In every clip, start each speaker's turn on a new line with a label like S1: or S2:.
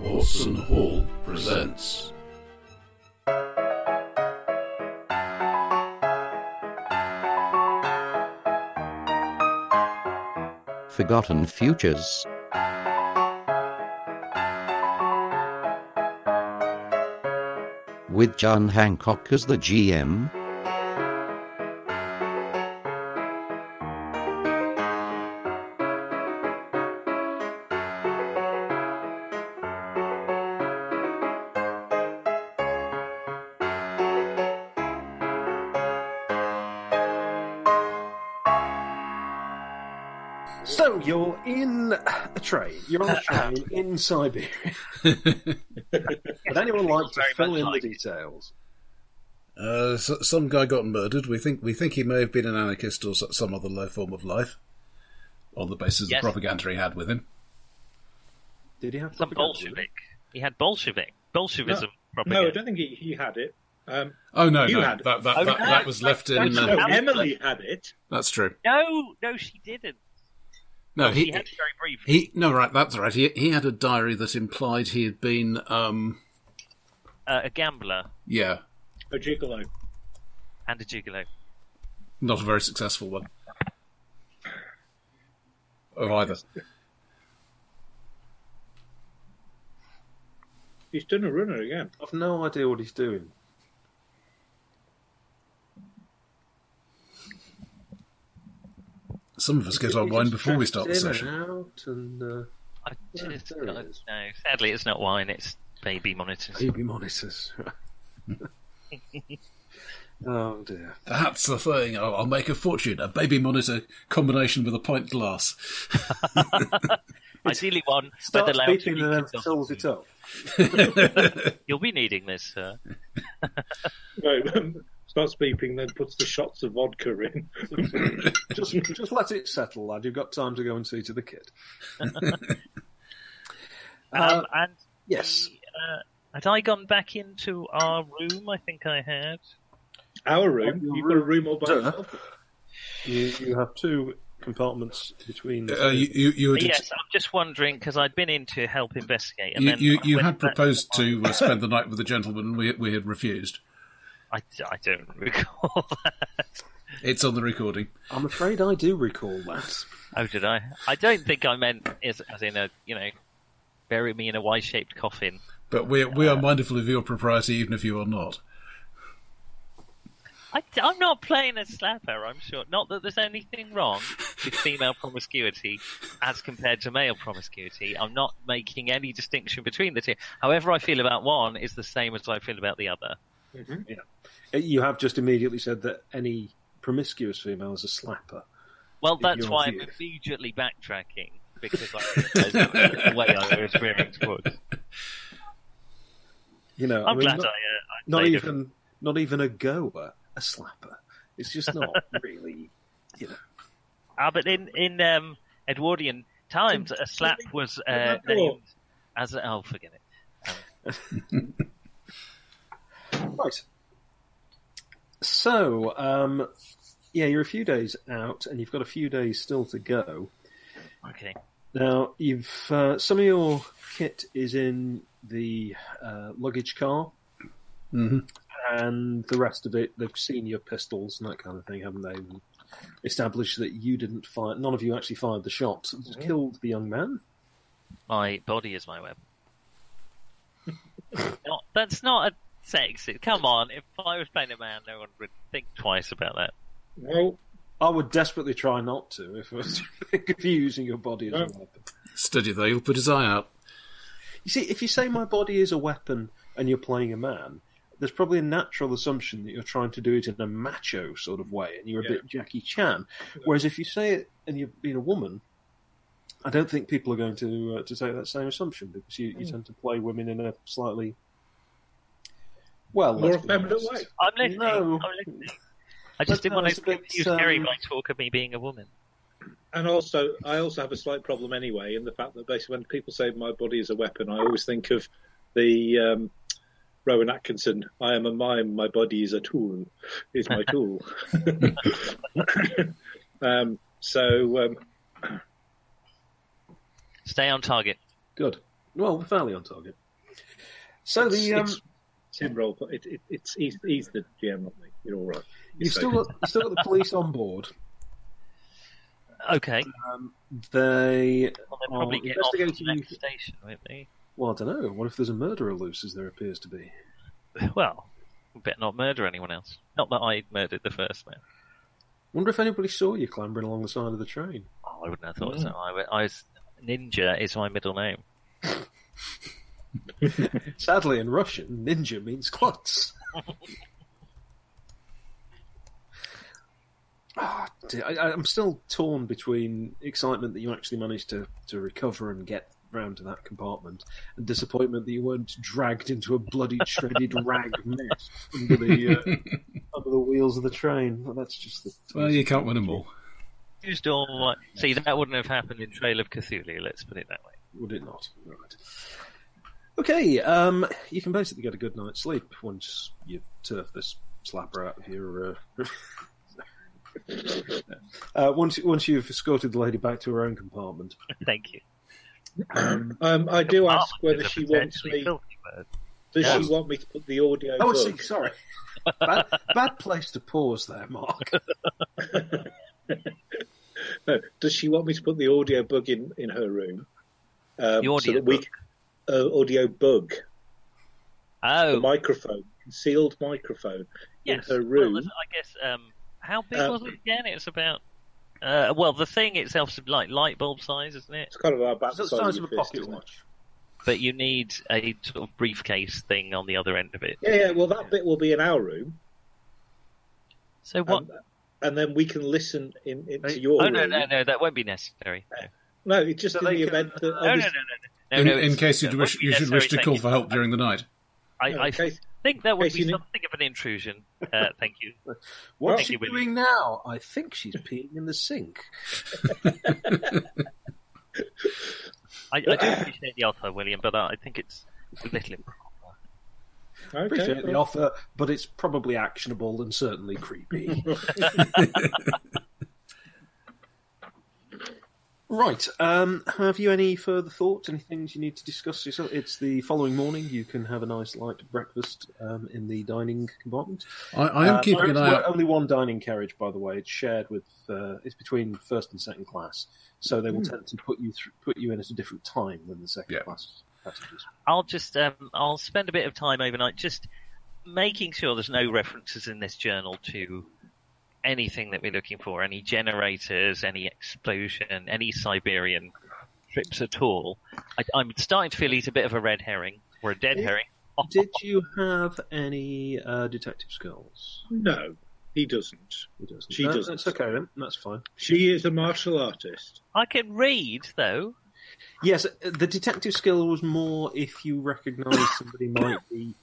S1: Watson Hall presents.
S2: Forgotten Futures. With John Hancock as the GM.
S3: So you're in a train. You're on a train in Siberia. Would anyone like to fill in the details?
S4: Uh, so, some guy got murdered. We think we think he may have been an anarchist or so- some other low form of life, on the basis of
S5: Yes.
S4: the propaganda he had with him.
S3: Did he have
S5: Some
S3: propaganda with him?
S5: Bolshevik. He had Bolshevik. Bolshevism
S6: No, I
S5: propaganda.
S6: don't think he, he had it. Um,
S4: Oh no,
S6: You
S4: no,
S6: had-
S4: that that,
S5: Oh,
S4: that,
S5: no,
S4: that was left in.
S6: no,
S4: Uh,
S5: no.
S6: Emily had it.
S4: that's true.
S5: No, no, she didn't.
S4: No,
S5: She
S4: he
S5: had it very brief.
S4: he no right. That's right. He he had a diary that implied he had been um
S5: Uh, a gambler
S4: yeah
S6: A gigolo.
S5: and a gigolo.
S4: not a very successful one of either.
S6: He's done a runner again.
S3: I've no idea what he's doing.
S4: Some of us get
S3: He
S4: our wine
S3: just
S4: before we start the
S3: drifts in
S4: session.
S3: and out and, uh,
S5: I
S3: Yeah,
S5: just
S3: there
S5: got-
S3: it is.
S5: no, sadly, it's not wine. It's baby monitors.
S3: baby monitors. oh dear.
S4: That's the thing. I'll, I'll make a fortune. A baby monitor combination with a pint glass.
S5: Ideally, one where the
S3: Starts
S5: loud
S3: beating and then
S5: speakers
S3: fills it up.
S5: are- You'll be needing this, sir.
S6: No, um, starts beeping, then puts the shots of vodka in.
S3: Just, just let it settle, lad. You've got time to go and see to the kid. Uh,
S5: um, and
S3: yes.
S5: we, uh, had I gone back into our room? I think I had.
S6: Our room.
S3: Your
S6: You've got a room all by
S3: Duh.
S6: yourself.
S3: You, you have two compartments between. the
S4: Uh, you, you, you were
S5: But yes, I'm just wondering because I'd been in to help investigate, and
S4: You,
S5: then
S4: you,
S5: I
S4: you
S5: went
S4: had
S5: back-
S4: proposed to uh, spend the night with the gentleman, and we, we had refused.
S5: I, I don't recall that.
S4: It's on the recording.
S3: I'm afraid I do recall that.
S5: Oh, did I? I don't think I meant as, as in a you know, bury me in a Y-shaped coffin.
S4: But we, we
S5: Uh,
S4: are mindful of your propriety, even if you are not.
S5: I, am not playing a slapper. I'm sure. Not that there's anything wrong with female promiscuity as compared to male promiscuity. I'm not making any distinction between the two. However, I feel about one is the same as I feel about the other.
S3: You have just immediately said that any promiscuous female is a slapper.
S5: Well, that's
S3: Your
S5: why
S3: view.
S5: I'm immediately backtracking because I realised the way I was veering towards.
S3: You know, I
S5: I'm
S3: mean,
S5: glad
S3: not,
S5: I, uh, I
S3: not
S5: played a-
S3: even not even a goer, a slapper. It's just not really. You know,
S5: Ah, but in in um, Edwardian times, a slap was uh,
S6: Isn't that cool?
S5: named as a, oh, forget it.
S3: right. So, um, yeah, you're a few days out, and you've got a few days still to go.
S5: Okay,
S3: Now, you've uh, some of your kit is in the uh, luggage car,
S4: Mhm.
S3: and the rest of it, they've seen your pistols and that kind of thing, haven't they? And established that you didn't fire, none of you actually fired the shots, It killed the young man.
S5: my body is my weapon. not, that's not a sexy. Come on, if I was playing a man, no one would think twice about that.
S6: Well,
S3: I would desperately try not to if I was if you're using your body as a
S6: No.
S3: weapon.
S4: Steady though, you'll put his eye out.
S3: You see, if you say my body is a weapon and you're playing a man, there's probably a natural assumption that you're trying to do it in a macho sort of way and you're a
S6: Yeah.
S3: bit Jackie Chan. Whereas if you say it and you're being a woman, I don't think people are going to uh, to take that same assumption because you, you tend to play women in a slightly well
S6: more
S3: let's be
S6: effeminate
S3: honest.
S6: way.
S5: I'm listening.
S3: No.
S5: I'm listening. I just
S3: But
S5: didn't want
S3: that's
S5: to
S3: a bit,
S5: confuse Terry
S3: um,
S5: by talk of me being a woman.
S6: And also, I also have a slight problem anyway in the fact that basically when people say my body is a weapon, I always think of the um, Rowan Atkinson, I am a mime, my body is a tool, is my tool. um, so, um,
S5: Stay on target.
S3: Good. Well, we're fairly on target. So
S6: It's-
S3: the um,
S6: it's- it's him role, but it, it, it's he's, he's the GM, not me. You're all right.
S3: you've
S6: It's
S3: still
S6: okay.
S3: got, you've still got the police on board.
S5: Okay.
S3: Oh, They
S5: Well, they'll
S3: are
S5: probably get off to the
S3: investigating you-
S5: next station, won't they?
S3: Well, I don't know. What if there's a murderer loose, as there appears to be?
S5: Well, we better not murder anyone else. Not that I murdered the first man.
S3: Wonder if anybody saw you clambering along the side of the train.
S5: Oh, I wouldn't have thought so. I, wa- I was Ninja is my middle name.
S3: Sadly, in Russian, ninja means klutz. Ah, dear. I, I'm still torn between excitement that you actually managed to, to recover and get round to that compartment, and disappointment that you weren't dragged into a bloody shredded rag mess under the uh, under the wheels of the train. That's just the
S4: Well, you can't win them all.
S5: Used all my... See, that wouldn't have happened in Trail of Cthulhu. Let's put it that way.
S3: Would it not? Right. Okay, um, you can basically get a good night's sleep once you've turfed this slapper out of your. Uh, uh, once once you've escorted the lady back to her own compartment.
S5: Thank you.
S6: Um, I do ask
S5: Mark
S6: whether
S5: is a
S6: she wants
S5: potentially
S6: me.
S5: filthy bird.
S6: Does
S5: Yeah.
S6: she want me to put the audio?
S3: Oh, I see,
S6: book?
S3: sorry. bad, bad place to pause there, Mark.
S6: No, does she want me to put the audio bug in, in her room? Um,
S5: The audio
S6: so that we
S5: bug?
S6: uh, audio bug, the
S5: Oh,
S6: microphone, concealed microphone
S5: yes.
S6: in her
S5: Well,
S6: room.
S5: there's- I guess. Um, how big
S6: Uh,
S5: was it again? It's about. Uh, well, the thing itself's like light bulb size, isn't it?
S6: it's kind of about the
S3: It's
S6: size,
S3: the size of a
S6: your fist,
S3: pocket
S6: isn't it?
S3: watch.
S5: But you need a sort of briefcase thing on the other end of it.
S6: Yeah, yeah. Well, that bit will be in our room,
S5: So what?
S6: and, and then we can listen in, into
S3: Hey,
S6: your
S5: oh
S6: room.
S5: no, no, no, that won't be necessary.
S6: Uh,
S5: No,
S6: No, it's just
S3: So
S6: in
S3: they
S6: the
S3: can-
S6: event that
S5: Oh, no, no,
S6: others-
S5: no, no. no,
S4: in,
S5: no,
S4: in
S5: it's-
S4: case
S5: it
S4: you'd
S5: wouldn't
S4: wish,
S5: be
S4: you should wish to
S5: necessary,
S4: call
S5: thank
S4: for
S5: you.
S4: help during the night.
S5: I,
S6: no,
S5: I
S6: in case-
S5: think that would
S6: case you
S5: be
S6: need-
S5: something of an intrusion. Uh, thank you.
S3: What's
S5: Thank
S3: she
S5: you, Willie.
S3: doing now? I think she's peeing in the sink.
S5: I, I do appreciate the offer, William, but I think it's a little improper.
S6: Okay.
S3: Appreciate the offer, but it's probably actionable and certainly creepy. right. Um, have you any further thoughts? Any things you need to discuss yourself? It's the following morning. You can have a nice light breakfast um, in the dining compartment.
S4: I, I am
S3: Uh,
S4: keeping an
S3: there
S4: eye
S3: is
S4: out.
S3: Only one dining carriage, by the way. It's shared with. Uh, it's between first and second class, so they will tend to put you thr put you in at a different time than the second
S4: Yeah.
S3: class passengers.
S5: I'll just um, I'll spend a bit of time overnight just making sure there's no references in this journal to anything that we're looking for, any generators, any explosion, any Siberian trips at all. I, I'm starting to feel he's a bit of a red herring or a dead
S3: Did-
S5: herring.
S3: Did you have any uh, detective skills?
S6: No, he doesn't.
S3: He doesn't.
S6: She
S3: No,
S6: doesn't.
S3: That's okay then. That's fine.
S6: She is a martial artist.
S5: I can read though.
S3: Yes, uh, the detective skill was more if you recognise somebody might be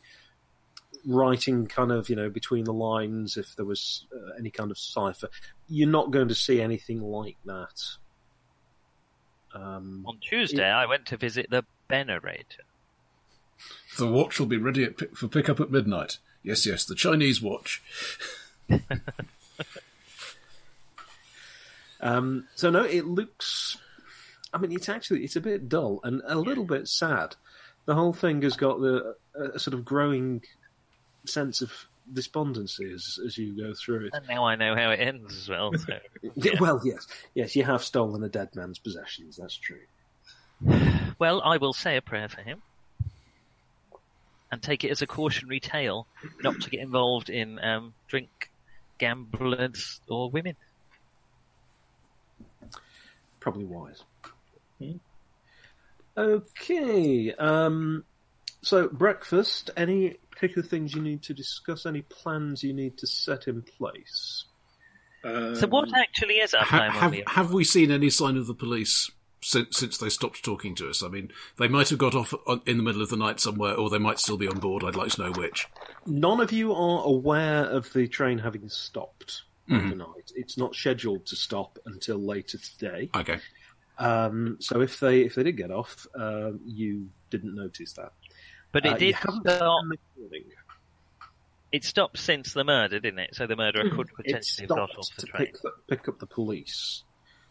S3: writing kind of you know between the lines if there was uh, any kind of cipher. You're not going to see anything like that. Um,
S5: On Tuesday, I went to visit the Benerator.
S4: The watch will be ready at, pick- for pickup at midnight. Yes, yes, the Chinese watch.
S3: Um, so no, it looks. I mean, it's actually it's a bit dull and a little bit sad. The whole thing has got the a, a sort of growing sense of despondency as as you go through it.
S5: And now I know how it ends as well. So.
S3: Yeah, Well, yes, yes, you have stolen a dead man's possessions. That's true.
S5: Well, I will say a prayer for him. And take it as a cautionary tale not to get involved in um, drink, gamblers, or women.
S3: Probably wise. Okay. Um, so breakfast. Any particular things you need to discuss? Any plans you need to set in place?
S6: Um,
S5: so, what actually is our
S4: Ha-
S5: plan?
S4: have,
S5: William?
S4: have we seen any sign of the police since, since they stopped talking to us? I mean, they might have got off on, in the middle of the night somewhere, or they might still be on board. I'd like to know which.
S3: None of you are aware of the train having stopped
S5: Mm-hmm.
S3: overnight. It's not scheduled to stop until later today.
S4: Okay.
S3: Um, so if they if they did get off, um, you didn't notice that.
S5: but it
S3: Uh, you
S5: did
S3: haven't seen
S5: stop.
S3: them in the morning.
S5: It stopped since the murder, didn't it? So the murderer could
S3: Hmm. It
S5: potentially have got off
S3: stopped
S5: the
S3: to
S5: train.
S3: pick, the, pick up the police.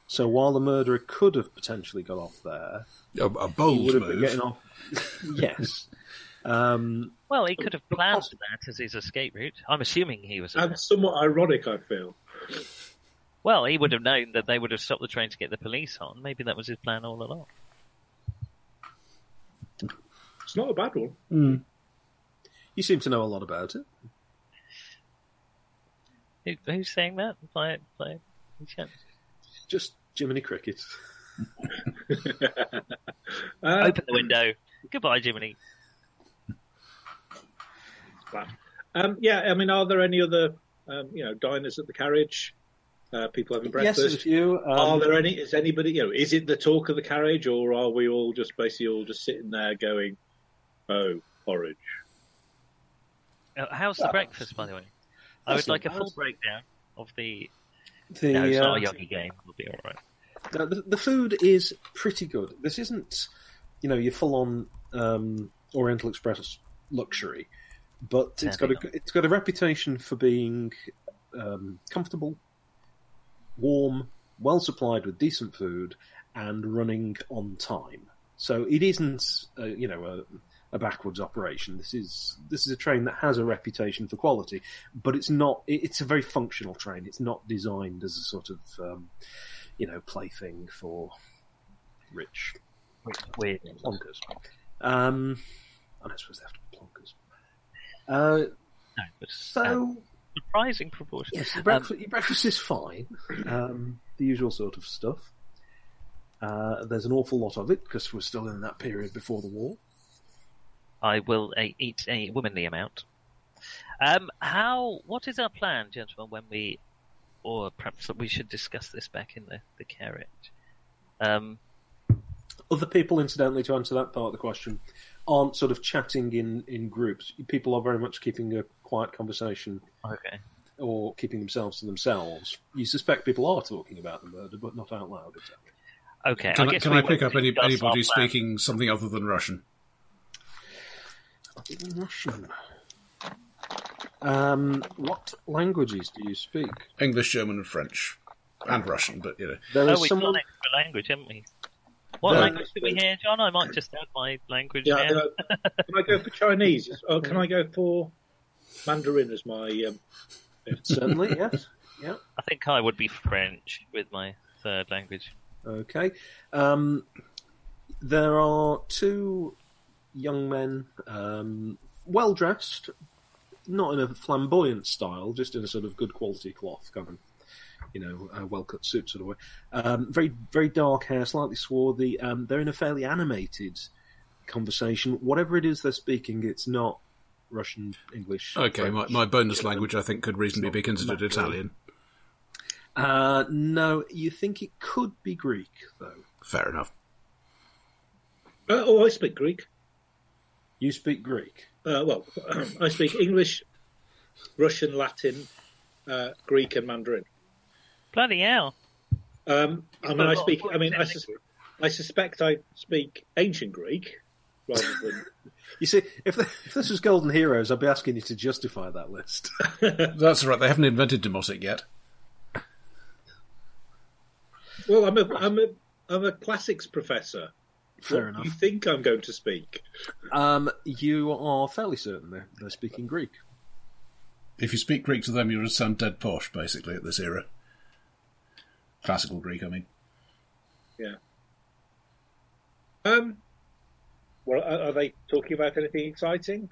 S3: So while the murderer could have potentially got off there,
S4: A, a
S3: he
S4: bold
S3: would have been
S4: move.
S3: getting off. yes. Um,
S5: Well, he could have planned that as his escape route. I'm assuming he was. aware.
S6: And somewhat ironic, I feel.
S5: Well, he would have known that they would have stopped the train to get the police on. Maybe that was his plan all along.
S6: It's not a bad one.
S3: you seem to know a lot about it.
S5: Who, who's saying that? By, by, any chance?
S3: Just Jiminy Cricket.
S6: Uh,
S5: Open
S3: um,
S5: the window. Goodbye, Jiminy.
S6: Um, yeah, I mean, are there any other, um, you know, diners at the carriage? Uh, people having
S3: yes,
S6: breakfast.
S3: there's a few. Um,
S6: are there any? Is anybody? You know, is it the talk of the carriage, or are we all just basically all just sitting there going, "Oh, porridge."
S5: Uh, how's the
S3: Well,
S5: breakfast, by the way? I would
S3: that's not
S5: like a full
S3: bad.
S5: breakdown of the.
S3: the,
S5: no, it's not a
S3: uh,
S5: yogi game. It'll be all right.
S3: No, the, the food is pretty good. This isn't, you know, your full-on um, Oriental Express luxury, but it's got a it's got a reputation for being um, comfortable, warm, well supplied with decent food, and running on time. So it isn't, uh, you know, a, a backwards operation. This is this is a train that has a reputation for quality, but it's not. It, it's a very functional train. It's not designed as a sort of um, you know, plaything for rich
S5: Weird.
S3: plonkers. Um, I suppose they have to be plonkers. Uh,
S5: No, but uh,
S3: so,
S5: surprising proportion.
S3: yes, your
S5: Um,
S3: breakfast, your breakfast is fine. Um, the usual sort of stuff. Uh, there's an awful lot of it because we're still in that period before the war.
S5: I will uh, eat a womanly amount. Um, how? What is our plan, gentlemen? When we, or perhaps we should discuss this back in the the carriage. Um,
S3: Other people, incidentally, to answer that part of the question, aren't sort of chatting in, in groups. People are very much keeping a quiet conversation
S5: okay.
S3: or keeping themselves to themselves. You suspect people are talking about the murder, but not out loud, exactly.
S5: Okay.
S4: Can I,
S5: guess
S4: can
S5: we
S4: I pick
S5: won't
S4: up any,
S5: discuss our
S4: anybody
S5: plan.
S4: speaking something other than Russian?
S3: In Russian. Um, what languages do you speak?
S4: English, German, and French, and Russian. But you know,
S3: There
S5: Oh,
S3: is
S5: we've
S3: someone.
S5: got an extra language, haven't we? What
S3: No.
S5: language do we hear, John? I might just add my language.
S6: Yeah.
S5: now.
S6: uh, can I go for Chinese? Or can I go for Mandarin as my? Um,
S3: Certainly, yes. Yeah.
S5: I think I would be French with my third language.
S3: Okay. Um, there are two young men, um, well dressed, not in a flamboyant style, just in a sort of good quality cloth, kind of, you know, uh, well cut suit sort of way. Um, very, very dark hair, slightly swarthy. Um, they're in a fairly animated conversation. Whatever it is they're speaking, it's not Russian, English.
S4: okay, my,
S3: French.
S4: my bonus language I think could reasonably be considered Italian.
S3: Uh, no, you think it could be Greek though.
S4: Fair enough.
S6: uh, oh, I speak Greek.
S3: You speak Greek.
S6: Uh, well, I speak English, Russian, Latin, uh, Greek, and Mandarin.
S5: Bloody hell!
S6: Um, I mean, I speak. I mean, I, sus- I suspect I speak ancient Greek rather than.
S3: You see, if, th if this was Golden Heroes, I'd be asking you to justify that list.
S4: That's all right. They haven't invented demotic yet.
S6: Well, I'm a, I'm a, I'm a classics professor.
S3: Fair
S6: What do You think I'm going to speak?
S3: Um, you are fairly certain they're, they're speaking Greek.
S4: If you speak Greek to them, you're just some dead posh, basically, at this era. Classical Greek, I mean.
S6: Yeah. Um. Well, are, are they talking about anything exciting?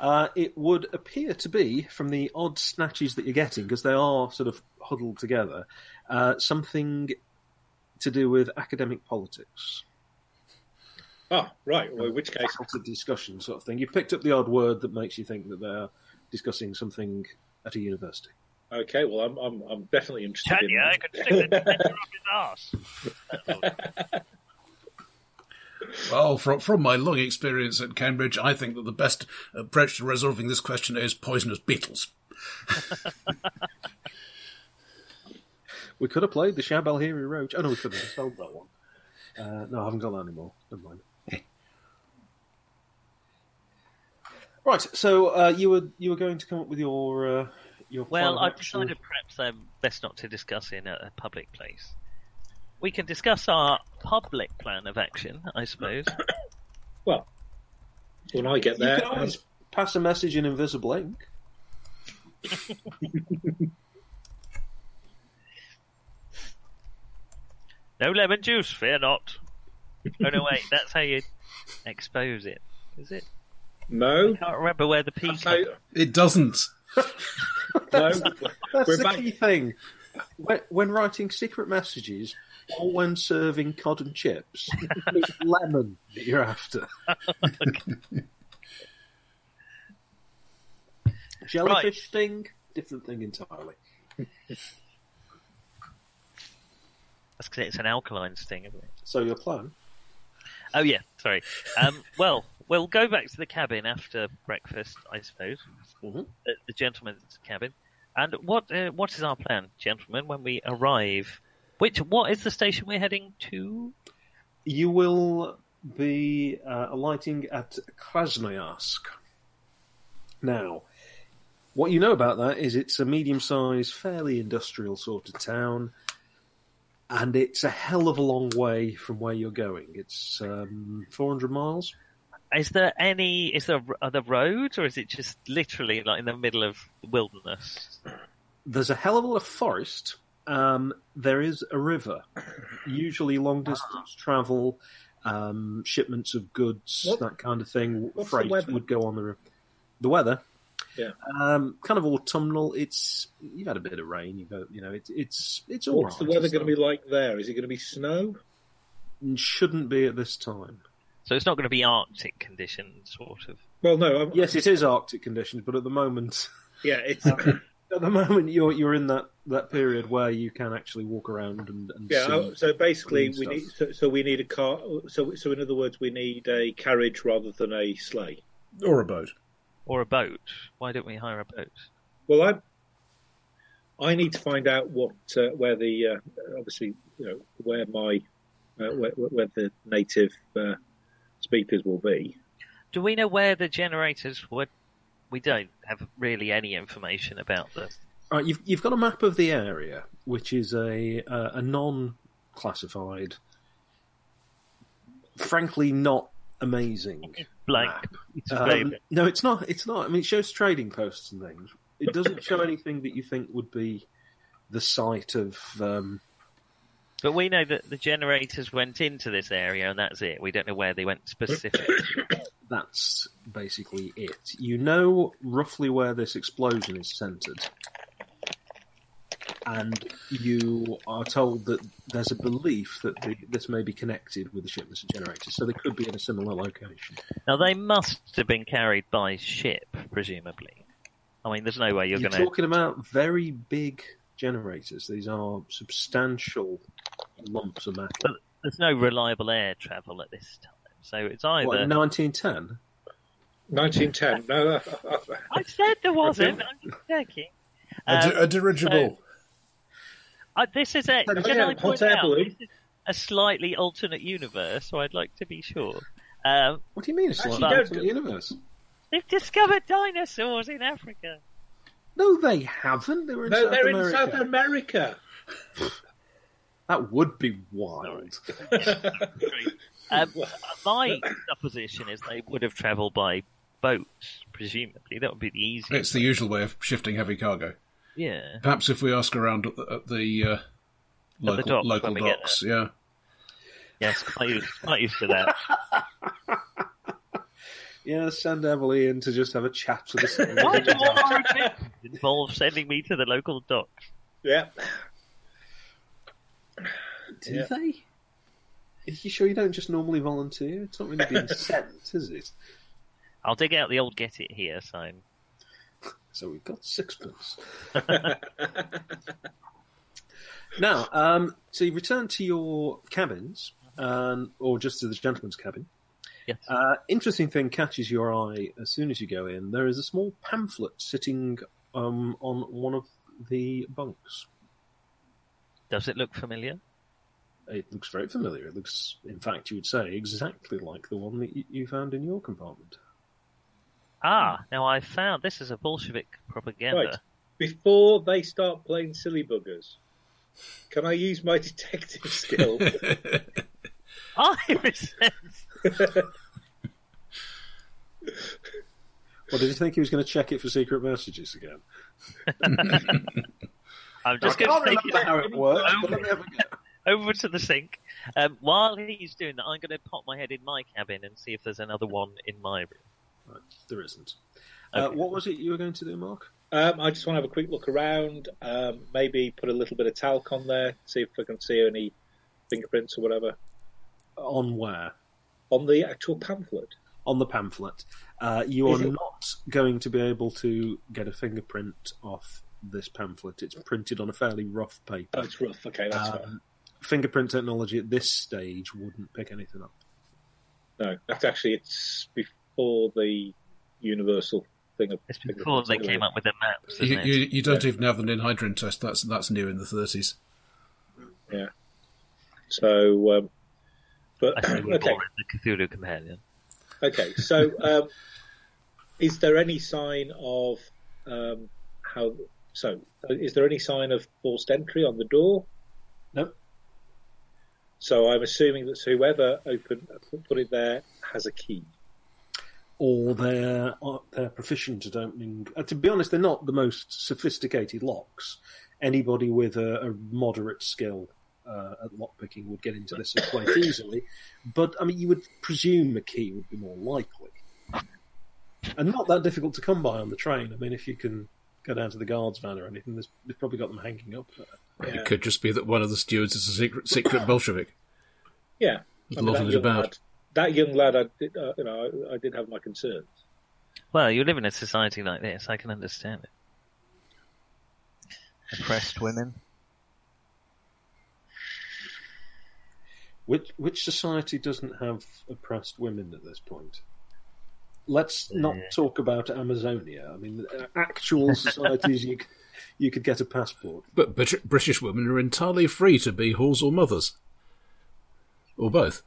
S3: Uh, it would appear to be, from the odd snatches that you're getting, because they are sort of huddled together, uh, something to do with academic politics.
S6: Ah, right. Well, in which case,
S3: faculty discussion sort of thing. You picked up the odd word that makes you think that they're discussing something at a university.
S6: okay. Well, I'm, I'm, I'm definitely interested.
S5: Tanya, I
S6: in
S5: could stick the finger up his ass.
S4: Well, from, from my long experience at Cambridge, I think that the best approach to resolving this question is poisonous beetles.
S3: We could have played the Shabal Hiri Roach. Oh no, we could have sold that one. Uh, no, I haven't got that anymore. Never mind. right, so uh, you were you were going to come up with your uh, your
S5: Well,
S3: plan of
S5: I've
S3: action.
S5: decided perhaps um, best not to discuss in a, a public place. we can discuss our public plan of action, I suppose.
S6: Well, when I get
S3: You
S6: there,
S3: can always pass a message in invisible ink.
S5: no lemon juice, fear not. Oh no, wait, that's how you expose it, is it?
S6: no,
S5: I can't remember where the P comes.
S6: no,
S4: It doesn't.
S6: no.
S3: That's
S6: We're
S3: the
S6: back.
S3: key thing. When, when writing secret messages or when serving cod and chips, it's lemon that you're after. Jellyfish sting, different thing entirely.
S5: That's because it's an alkaline sting, isn't it?
S3: So your plan?
S5: Oh yeah, sorry. Um, well, we'll go back to the cabin after breakfast, I suppose.
S3: Mhm.
S5: The, the gentleman's cabin. And what uh, what is our plan, gentlemen, when we arrive? Which what is the station we're heading to?
S3: You will be uh, alighting at Krasnoyarsk. Now, what you know about that is it's a medium sized, fairly industrial sort of town, and it's a hell of a long way from where you're going. It's um, 400 miles.
S5: Is there any? Is there other roads, or is it just literally like in the middle of wilderness?
S3: There's a hell of a lot of forest. Um, there is a river, usually long
S6: Ah.
S3: distance travel, um, shipments of goods,
S6: What-
S3: that kind of thing.
S6: what's the
S3: Freight
S6: weather?
S3: would go on the river. The weather,
S6: Yeah.
S3: um, kind of autumnal. It's you've had a bit of rain. You've had, you know it's it's it's all
S6: What's the
S3: right.
S6: weather going to be like there? Is it going to be snow?
S3: It Shouldn't be at this time.
S5: So it's not going to be Arctic conditions, sort of.
S6: Well, no. I'm,
S3: Yes, it is Arctic conditions, but at the moment,
S6: yeah, it's
S3: at the moment you're you're in that, that period where you can actually walk around and, and
S6: yeah.
S3: see.
S6: oh, So basically,
S3: Clean
S6: we
S3: stuff.
S6: need. So, so we need a car. So, so in other words, we need a carriage rather than a sleigh.
S4: Or a boat.
S5: Or a boat. Why don't we hire a boat?
S6: Well, I I need to find out what uh, where the uh, obviously you know where my uh, where, where the native uh, speakers will be.
S5: Do we know where the generators were? We don't have really any information about the
S3: All right, you've you've got a map of the area, which is a uh, a non-classified, frankly not amazing
S5: blank.
S3: map.
S5: It's
S3: Um,
S5: very blank.
S3: no, it's not. It's not. I mean, it shows trading posts and things. It doesn't show anything that you think would be the site of. Um,
S5: But we know that the generators went into this area, and that's it. We don't know where they went specifically.
S3: that's basically it. You know roughly where this explosion is centered, and you are told that there's a belief that the, this may be connected with the shipments of generators, so they could be in a similar location.
S5: now they must have been carried by ship, presumably. I mean, there's no way you're,
S3: You're
S5: going to.
S3: talking about very big generators. These are substantial lumps of metal.
S5: There's no reliable air travel at this time, so it's either.
S3: What, in 1910?
S6: 1910. No, I- I- I-
S5: I said there wasn't. I'm just checking.
S7: A,
S3: Uh,
S5: Um,
S7: di- a dirigible.
S5: I- this is a.
S3: Hot
S5: Can
S6: air-
S5: I
S6: hot
S5: point
S6: air
S5: out,
S6: balloon.
S5: this is a slightly alternate universe, so I'd like to be sure. Um,
S3: What do you mean? It's like
S5: Actually,
S3: that
S6: no,
S3: the universe.
S5: they've discovered dinosaurs in Africa.
S3: No, they haven't. They were in
S6: no
S3: South
S6: they're in
S3: America.
S6: South America.
S3: That would be wild.
S5: Um, my supposition is they would have travelled by boats, presumably. That would be the
S4: It's
S5: easiest.
S4: the usual way of shifting heavy cargo.
S5: Yeah.
S4: Perhaps if we ask around at the, at the uh, local,
S5: docks
S4: local
S5: when we get
S4: docks, yeah.
S5: Yes, quite used, quite used to that.
S3: Yeah, send Emily in to just have a chat with us.
S5: Why do all our adventures involve sending me to the local dock?
S6: Yeah.
S3: do they? Are you sure you don't just normally volunteer? It's not really being sent, is it?
S5: I'll dig out the old get it here sign.
S3: So we've got sixpence. now, um, so you return to your cabins, um, or just to the gentleman's cabin.
S5: Yes.
S3: Uh, interesting thing catches your eye as soon as you go in. There is a small pamphlet sitting um, on one of the bunks.
S5: Does it look familiar?
S3: It looks very familiar. It looks, in fact, you would say exactly like the one that y- you found in your compartment.
S5: Ah, now I found this is a Bolshevik propaganda.
S6: Right. Before they start playing silly buggers, Can I use my detective skill?
S5: Iris says,
S3: Or did you think he was going to check it for secret messages again?
S5: I'm
S3: I
S5: just going
S3: can't
S5: to take
S3: remember
S5: it
S3: how it works, but
S5: over,
S3: let me have a go.
S5: over to the sink. Um, while he's doing that, I'm going to pop my head in my cabin and see if there's another one in my room.
S3: Right, there isn't. Uh,
S5: Okay.
S3: what was it you were going to do, Mark?
S6: um, I just want to have a quick look around. Um, maybe put a little bit of talc on there. See if I can see any fingerprints or whatever
S3: On where?
S6: on the actual pamphlet.
S3: On the pamphlet. Uh, you
S6: Is
S3: are
S6: it-
S3: not going to be able to get a fingerprint off this pamphlet. It's printed on a fairly rough
S6: Oh,
S3: paper.
S6: it's rough. Okay, that's fine.
S3: Um, fingerprint technology at this stage wouldn't pick anything up.
S6: No, that's actually it's before the universal thing. Of
S5: It's before they came up with the maps.
S4: you,
S5: Isn't
S4: you,
S5: it?
S4: you don't even have an anhydrin test. That's that's new in the 30s.
S6: So, um,
S5: I
S6: but
S5: say we
S6: okay,
S5: bought it, the Cthulhu Companion.
S6: okay. So, um, is there any sign of um, how? So, is there any sign of forced entry on the door?
S3: No.
S6: So, I'm assuming that whoever opened put it there has a key.
S3: Or they're, or they're proficient at opening. Uh, to be honest, they're not the most sophisticated locks. Anybody with a, a moderate skill uh, at lockpicking would get into this quite easily. But, I mean, you would presume a key would be more likely. And not that difficult to come by on the train. I mean, if you can go down to the guards van or anything, there's, they've probably got them hanging up uh, there.
S6: Yeah.
S4: It could just be that one of the stewards is a secret secret Bolshevik.
S6: Yeah,
S4: There's a lot of it
S6: young
S4: about.
S6: lad, that young lad, I did, uh, you know, I, I did have my concerns.
S5: Well, you live in a society like this. I can understand it. Oppressed women.
S3: Which which society doesn't have oppressed women at this point? Let's not talk about Amazonia. I mean, actual societies you c- you could get a passport.
S4: But Brit- British women are entirely free to be whores or mothers, or both.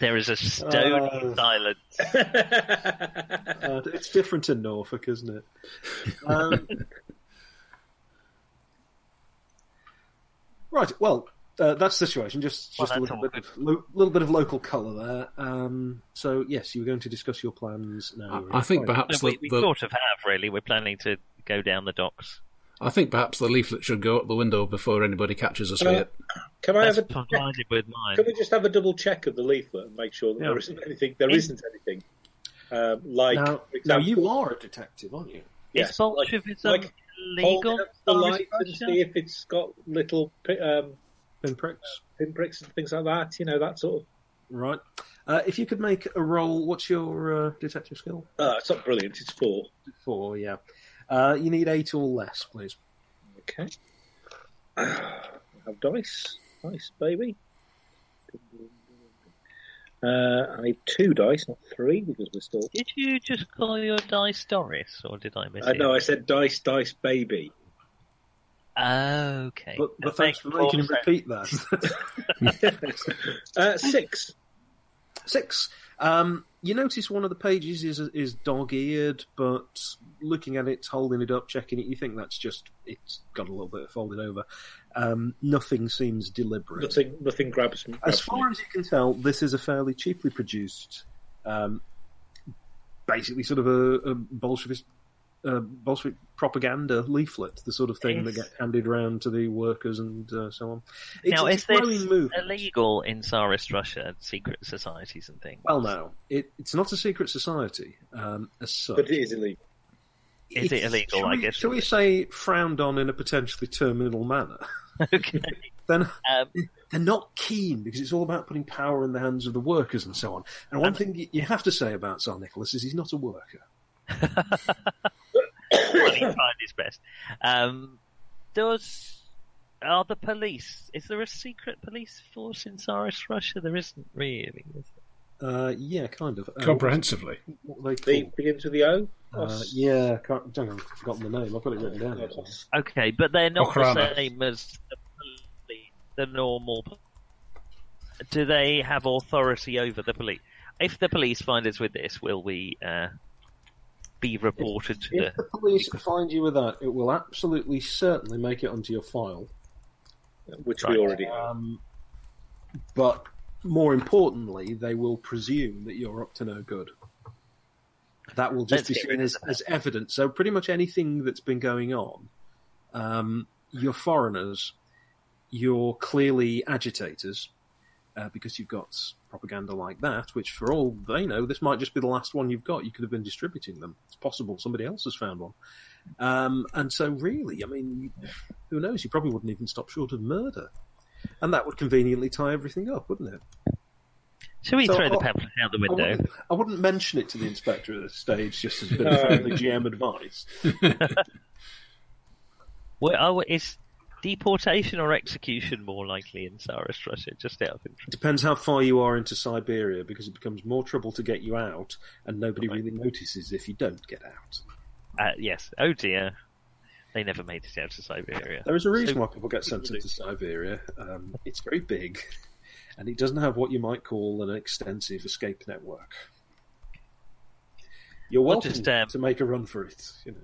S5: There is a stony
S3: Uh.
S5: silence.
S3: Uh, it's different in Norfolk, isn't it? Um, right. Well, uh, that's the situation. Just
S5: Well,
S3: just a
S5: that's
S3: little bit, of, lo- little bit of local colour there. Um, so yes, you were going to discuss your plans now.
S7: Oh,
S4: I, I think perhaps
S5: we,
S4: the,
S5: we
S4: the-
S5: sort of have, really. We're planning to go down the docks.
S4: I think perhaps the leaflet should go up the window before anybody catches us with
S6: Uh,
S4: it.
S6: Can I
S5: That's
S6: have a
S5: provided with mine.
S6: Can we just have a double check of the leaflet and make sure that
S3: Yeah.
S6: there isn't anything? There isn't anything. Um, like,
S3: now,
S6: for
S3: now
S6: example,
S3: you are a detective, aren't you?
S5: is
S6: yes, like,
S5: Bolshevism
S6: like, hold
S5: legal?
S6: up the
S5: Boris
S6: light and
S5: Johnson?
S6: see if it's got little pi- um,
S3: Pinpricks.
S6: pinpricks and things like that. You know that sort of.
S3: Right. Uh, if you could make a roll, what's your uh, detective skill?
S6: Uh, it's not brilliant. It's four.
S3: Four, yeah. Uh, you need eight or less, please.
S6: Okay. have dice, dice, baby. Uh, I need two dice, not three, because we're still.
S5: Did you just call your dice Doris, or did I miss
S6: I
S5: it?
S6: know uh, I said dice, dice, baby.
S5: Okay.
S3: But,
S5: That
S3: but thanks
S5: makes
S3: for
S5: more
S3: making him
S5: sense.
S3: repeat that.
S6: Uh, six.
S3: Six. Um, you notice one of the pages is is dog eared, but looking at it, holding it up, checking it, you think that's just it's got a little bit of folded over. Um, nothing seems deliberate.
S6: Nothing. Nothing grabs me.
S3: As
S6: grabs me.
S3: far as you can tell, this is a fairly cheaply produced, um, basically sort of a, a Bolshevist, uh, Bolshevik propaganda leaflet, the sort of thing that
S5: Yes.
S3: gets handed round to the workers and uh, so on. It's,
S5: Now,
S3: it's
S5: is
S3: a
S5: this
S3: growing movement.
S5: illegal in Tsarist Russia, secret societies and things?
S3: Well, no, it, it's not a secret society um, as such.
S6: But it is illegal.
S5: Is it
S3: It's-
S5: illegal,
S3: shall
S5: I
S3: we-
S5: guess,
S3: Shall we
S5: is it?
S3: say frowned on in a potentially terminal manner?
S5: okay.
S3: then
S5: Um,
S3: they're not keen because it's all about putting power in the hands of the workers and so on. And one thing y- you have to say about Tsar Nicholas is he's not a worker.
S5: well, he tried his best. Um, does are the police? Is there a secret police force in Tsarist Russia? There isn't really. Is there?
S3: Uh, yeah, kind of. Uh,
S4: Comprehensively,
S3: what were they
S6: The
S3: called?
S6: begins with the O.
S3: Uh, yeah, can't, don't, I've forgotten the name. I've got it written down. here.
S5: Okay, but they're not the
S4: Okhrana.
S5: same as the police, the normal. po- Do they have authority over the police? If the police find us with this, will we uh, be reported to the
S3: If the police find you with that, it will absolutely certainly make it onto your file.
S6: which
S5: Right.
S6: we already have.
S3: Um, but more importantly, they will presume that you're up to no good. That will just
S5: Let's
S3: be
S5: get
S3: seen
S5: rid of
S3: as,
S5: that.
S3: as evidence. So pretty much anything that's been going on, um, you're foreigners, you're clearly agitators, uh, because you've got propaganda like that, which for all they know, this might just be the last one you've got. You could have been distributing them. It's possible somebody else has found one. Um, and so really, I mean, who knows? You probably wouldn't even stop short of murder. And that would conveniently tie everything up, wouldn't it?
S5: Shall we
S3: So uh,
S5: throw the
S3: I'll-
S5: pamphlet out the
S3: I
S5: window?
S3: wouldn't, I wouldn't mention it to the inspector at this stage, just as a bit
S6: No.
S3: of friendly GM advice.
S5: Well, oh, is deportation or execution more likely in Tsarist Russia? Just out of interest.
S3: Depends how far you are into Siberia, because it becomes more trouble to get you out, and nobody really notices if you don't get out.
S5: Uh, yes. Oh dear. They never made it out to Siberia.
S3: There is a reason why people get sent into Siberia. Um, it's very big, and it doesn't have what you might call an extensive escape network. You're
S5: Well,
S3: welcome
S5: just, um,
S3: to make a run for it. You know.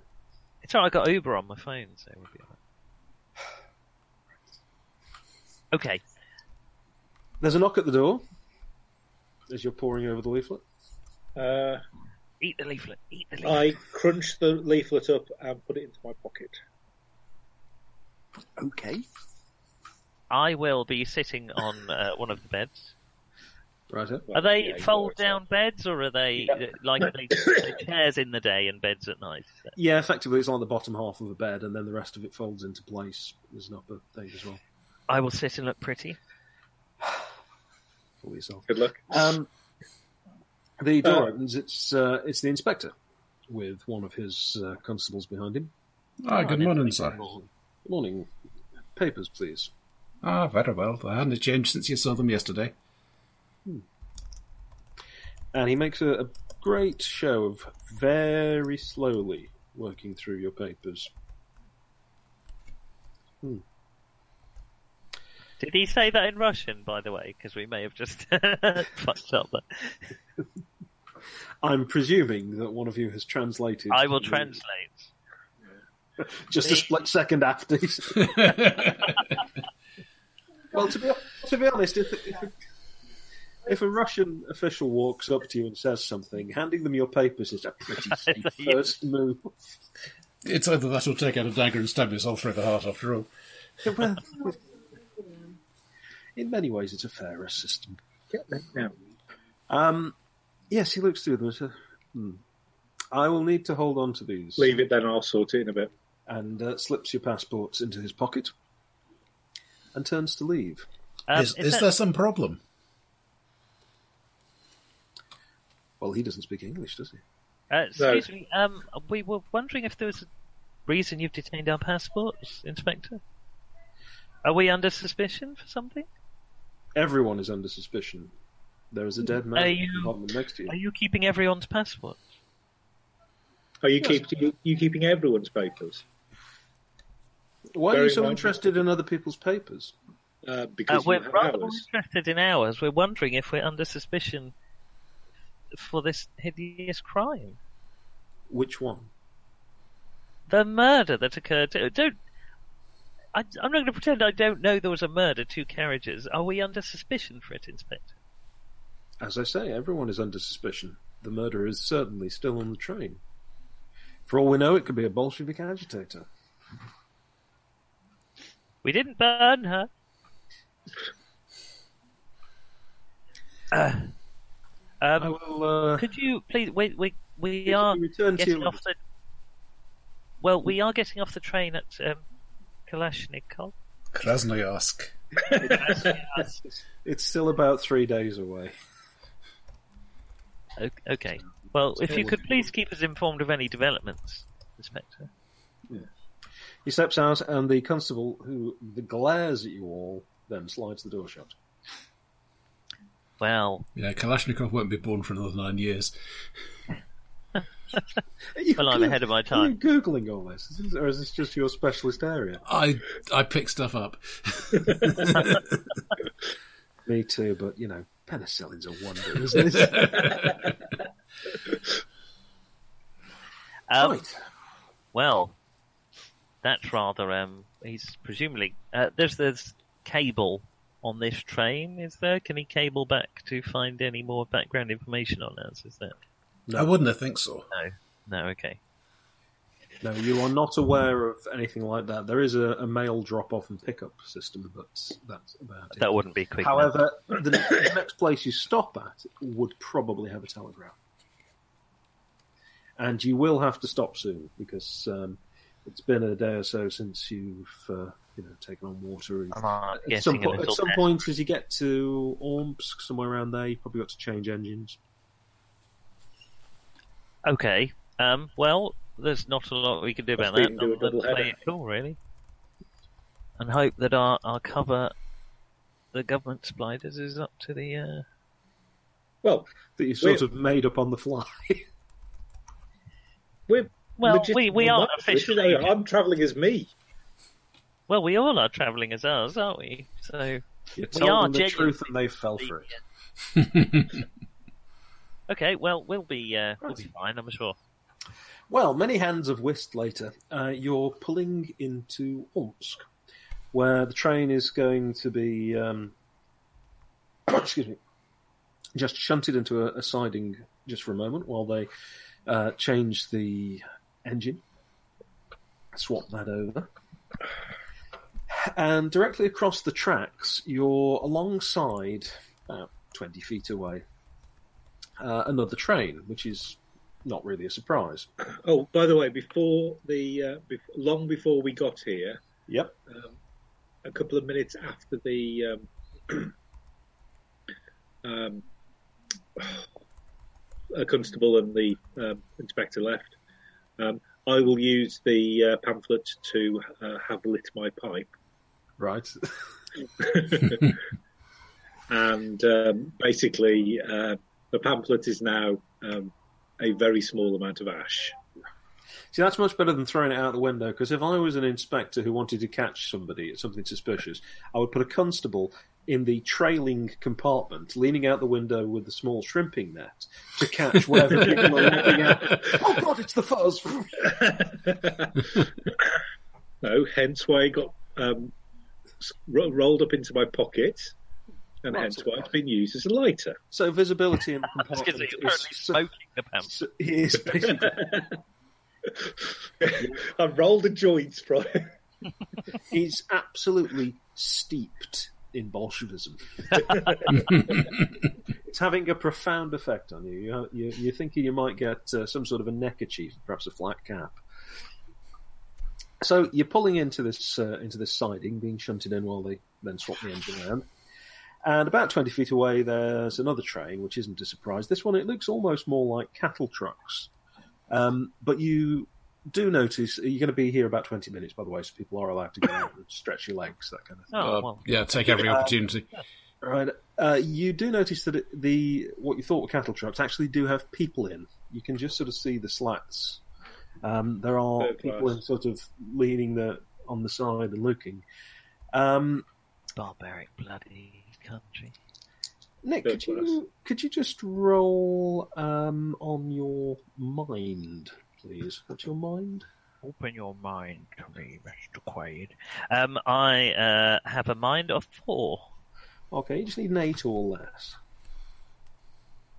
S5: It's alright, I got Uber on my phone, so we'll be alright. Okay.
S3: There's a knock at the door as you're poring over the leaflet.
S6: Uh,
S5: Eat the leaflet. Eat the
S7: Uh,
S5: leaflet.
S6: I crunch the leaflet up and put it into my pocket.
S3: Okay.
S5: I will be sitting on uh, one of the beds.
S3: Right.
S5: Are they
S6: Yeah,
S5: fold
S6: ignore
S5: down beds, or are they uh, like they, they chairs in the day and beds at night? Is that-
S3: Yeah, effectively, it's on the bottom half of a bed, and then the rest of it folds into place. There's an upper thing as well
S5: I will sit and look pretty.
S3: for yourself.
S6: it. Good luck.
S3: Um, the door
S6: Uh,
S3: opens. It's uh, it's the inspector with one of his uh, constables behind him.
S7: Ah, good
S5: Oh,
S7: morning,
S5: that's
S7: sir.
S3: Good morning. Papers, please.
S7: Ah, very well. They hadn't changed since you saw them yesterday.
S3: And he makes a, a great show of very slowly working through your papers.
S5: Did he say that in Russian, by the way? Because we may have just fucked up. But
S3: I'm presuming that one of you has translated.
S5: I will
S3: the-
S5: translate.
S3: Just a split second after. he's- well, to be, to be honest, if, if, if a Russian official walks up to you and says something, handing them your papers is a pretty safe
S5: Yeah.
S3: first move.
S7: It's either that or take out a dagger and stab yourself through the heart, after all.
S3: Well, in many ways, it's a fairer system.
S6: Yeah.
S3: Um, yes, he looks through them. and says, "Hmm. I will need to hold on to these.
S6: Leave it then, I'll sort it in a bit.
S3: And uh, slips your passports into his pocket and turns to leave.
S5: Um,
S7: is, is there some problem?
S3: Well, he doesn't speak English, does he?
S5: Uh, excuse me. Um, we were wondering if there was a reason you've detained our passports, Inspector. Are we under suspicion for something?
S3: Everyone is under suspicion. There is a dead man
S5: Are
S3: in
S5: you-
S3: the apartment next to you.
S5: Are you keeping everyone's passport?
S6: Are you, keep, you, you keeping everyone's papers?
S3: Why are you
S6: Very
S3: so
S6: well.
S3: interested in other people's papers?
S6: Uh,
S5: Uh,
S6: because you
S5: we're
S6: have
S5: rather more
S6: ours.
S5: interested in ours. We're wondering if we're under suspicion for this hideous crime,
S3: Which one?
S5: the murder that occurred. To, don't. I, I'm not going to pretend I don't know there was a murder, two carriages. Are we under suspicion for it, Inspector?
S3: As I say, everyone is under suspicion. The murderer is certainly still on the train. For all we know, it could be a Bolshevik agitator.
S5: We didn't burn her. Uh,
S3: I
S5: um,
S3: will. Uh,
S5: could you please? We we we
S3: if
S5: are
S3: you return to
S5: getting
S3: your
S5: off the. Well, we are getting off the train at um, Kalashnikov.
S7: Krasnoyarsk.
S3: It's still about three days away.
S5: O- Okay. Well, if you could please keep us informed of any developments, Inspector.
S3: He steps out, and the constable, who glares at you all, then slides the door shut.
S5: Well,
S7: You know, Kalashnikov won't be born for another nine years.
S3: Are you
S5: Well, I'm
S3: Goog-
S5: ahead of my
S3: Are you
S5: time.
S3: googling all this, Is this- or is this just your specialist area?
S7: I I pick stuff up.
S3: Me too, but you know, penicillin's a wonder, isn't it?
S5: Um,
S3: Right.
S5: Well, that's rather. Um, he's presumably uh, there's there's cable on this train. Is there? Can he cable back to find any more background information on us? Is there?
S4: I wouldn't have think so.
S5: No. No. Okay.
S3: No, you are not aware of anything like that. There is a, a mail drop off and pickup system, but that's about it.
S5: That wouldn't be quick. enough.
S3: However, the, the next place you stop at would probably have a telegram. And you will have to stop soon because um, it's been a day or so since you've uh, you know taken on water. And
S5: I'm uh,
S3: at some,
S5: getting
S3: po-
S5: a
S3: at
S5: little
S3: some
S5: bit-
S3: point, as you get to Ormsk, somewhere around there, you've probably got to change engines.
S5: Okay. Um, well, there's not a lot we can do about
S6: Let's
S5: that.
S6: do a
S5: Other than
S6: double
S5: play
S6: header.
S5: it cool, really, and hope that our, our cover, the government spiders, is up to the. Uh...
S6: Well,
S3: That you sort
S6: Wait.
S3: of made up on the fly.
S6: we're
S5: Well,
S6: legit-
S5: we- we aren't
S6: This is-
S5: officially-
S6: I'm travelling as me.
S5: Well, we all are travelling as us, aren't we? So
S3: You
S5: We are
S3: told them the
S5: genuinely
S3: truth and they fell for it.
S5: okay, well, we'll be uh, we'll be fine, I'm sure.
S3: Well, many hands have whisked later. Uh, you're pulling into Omsk, where the train is going to be, um, excuse me, just shunted into a, a siding just for a moment while they uh, change the engine, swap that over. And directly across the tracks, you're alongside, about 20 feet away, uh, another train, which is not really a surprise.
S6: Oh, by the way, before the uh, bef long before we got here,
S3: Yep.
S6: a couple of minutes after the um, um, a constable and the um, inspector left, um, I will use the uh, pamphlet to uh, have lit my pipe.
S3: Right.
S6: and um, basically uh, the pamphlet is now um, a very small amount of ash.
S3: See, that's much better than throwing it out the window. Because if I was an inspector who wanted to catch somebody at something suspicious, I would put a constable in the trailing compartment, leaning out the window with the small shrimping net to catch whatever people are looking at. Oh God, it's the fuzz!
S6: No, hence why it got um, s- ro- rolled up into my pocket, and
S3: Right.
S6: hence why it's been used as a lighter.
S3: so visibility in the
S5: That's because
S3: compartment
S5: he's
S3: is
S5: currently
S3: so,
S5: smoking the pants.
S3: so, he is basically
S6: I've rolled the joints from it.
S3: he's absolutely steeped in Bolshevism. it's having a profound effect on you. You, you you're thinking you might get uh, some sort of a neckerchief, perhaps a flat cap. So you're pulling into this uh, into this siding, being shunted in while they then swap the engine around. And about twenty feet away, there's another train, which isn't a surprise. This one it looks almost more like cattle trucks, um, but you do notice you're going to be here about 20 minutes, by the way, so people are allowed to go out and stretch your legs, that kind of thing.
S5: Oh,
S4: Uh,
S5: well,
S4: yeah, take every opportunity.
S3: Right. Uh, you do notice that it, the what you thought were cattle trucks actually do have people in. You can just sort of see the slats. Um, there are
S6: Third
S3: people
S6: class.
S3: in sort of leaning the, on the side and looking. Um,
S5: barbaric bloody country.
S3: Nick,
S6: Third
S3: could you, could you just roll um, on your mind, please? What's your mind?
S5: Open your mind to me, Mr. Quaid. Um, I uh, have a mind of four.
S3: Okay, you just need an eight or less.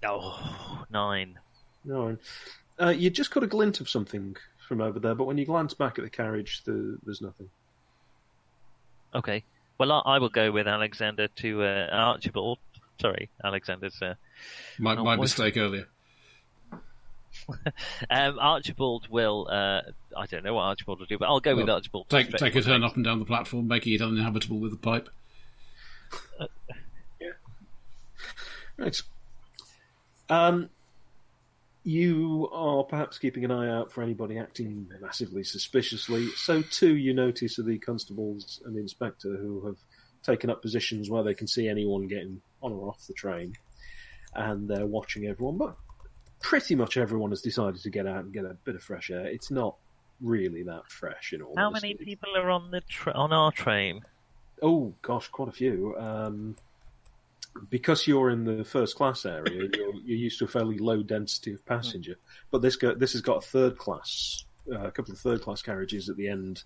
S5: Oh, nine.
S3: No. Uh, you just caught a glint of something from over there, but when you glance back at the carriage, the, there's nothing.
S5: Okay. Well, I, I will go with Alexander to uh, Archibald. Sorry, Alexander's uh,
S4: My,
S5: Oh,
S4: my
S5: what-
S4: mistake earlier.
S5: um, Archibald will. Uh, I don't know what Archibald will do, but I'll go with
S4: Well,
S5: Archibald. to
S4: Take
S5: stretch
S4: take
S5: my
S4: a turn up and down the platform, making it uninhabitable with a pipe.
S3: Right. Um, you are perhaps keeping an eye out for anybody acting massively suspiciously. So too, you notice are the constables and the inspector who have taken up positions where they can see anyone getting on or off the train, and they're watching everyone. But pretty much everyone has decided to get out and get a bit of fresh air. It's not really that fresh in all.
S5: How many
S3: honesty.
S5: people are on the tra- on our train?
S3: Oh gosh, quite a few. Um, because you're in the first class area, you're, you're used to a fairly low density of passenger. But this go, this has got a third class, uh, a couple of third class carriages at the end,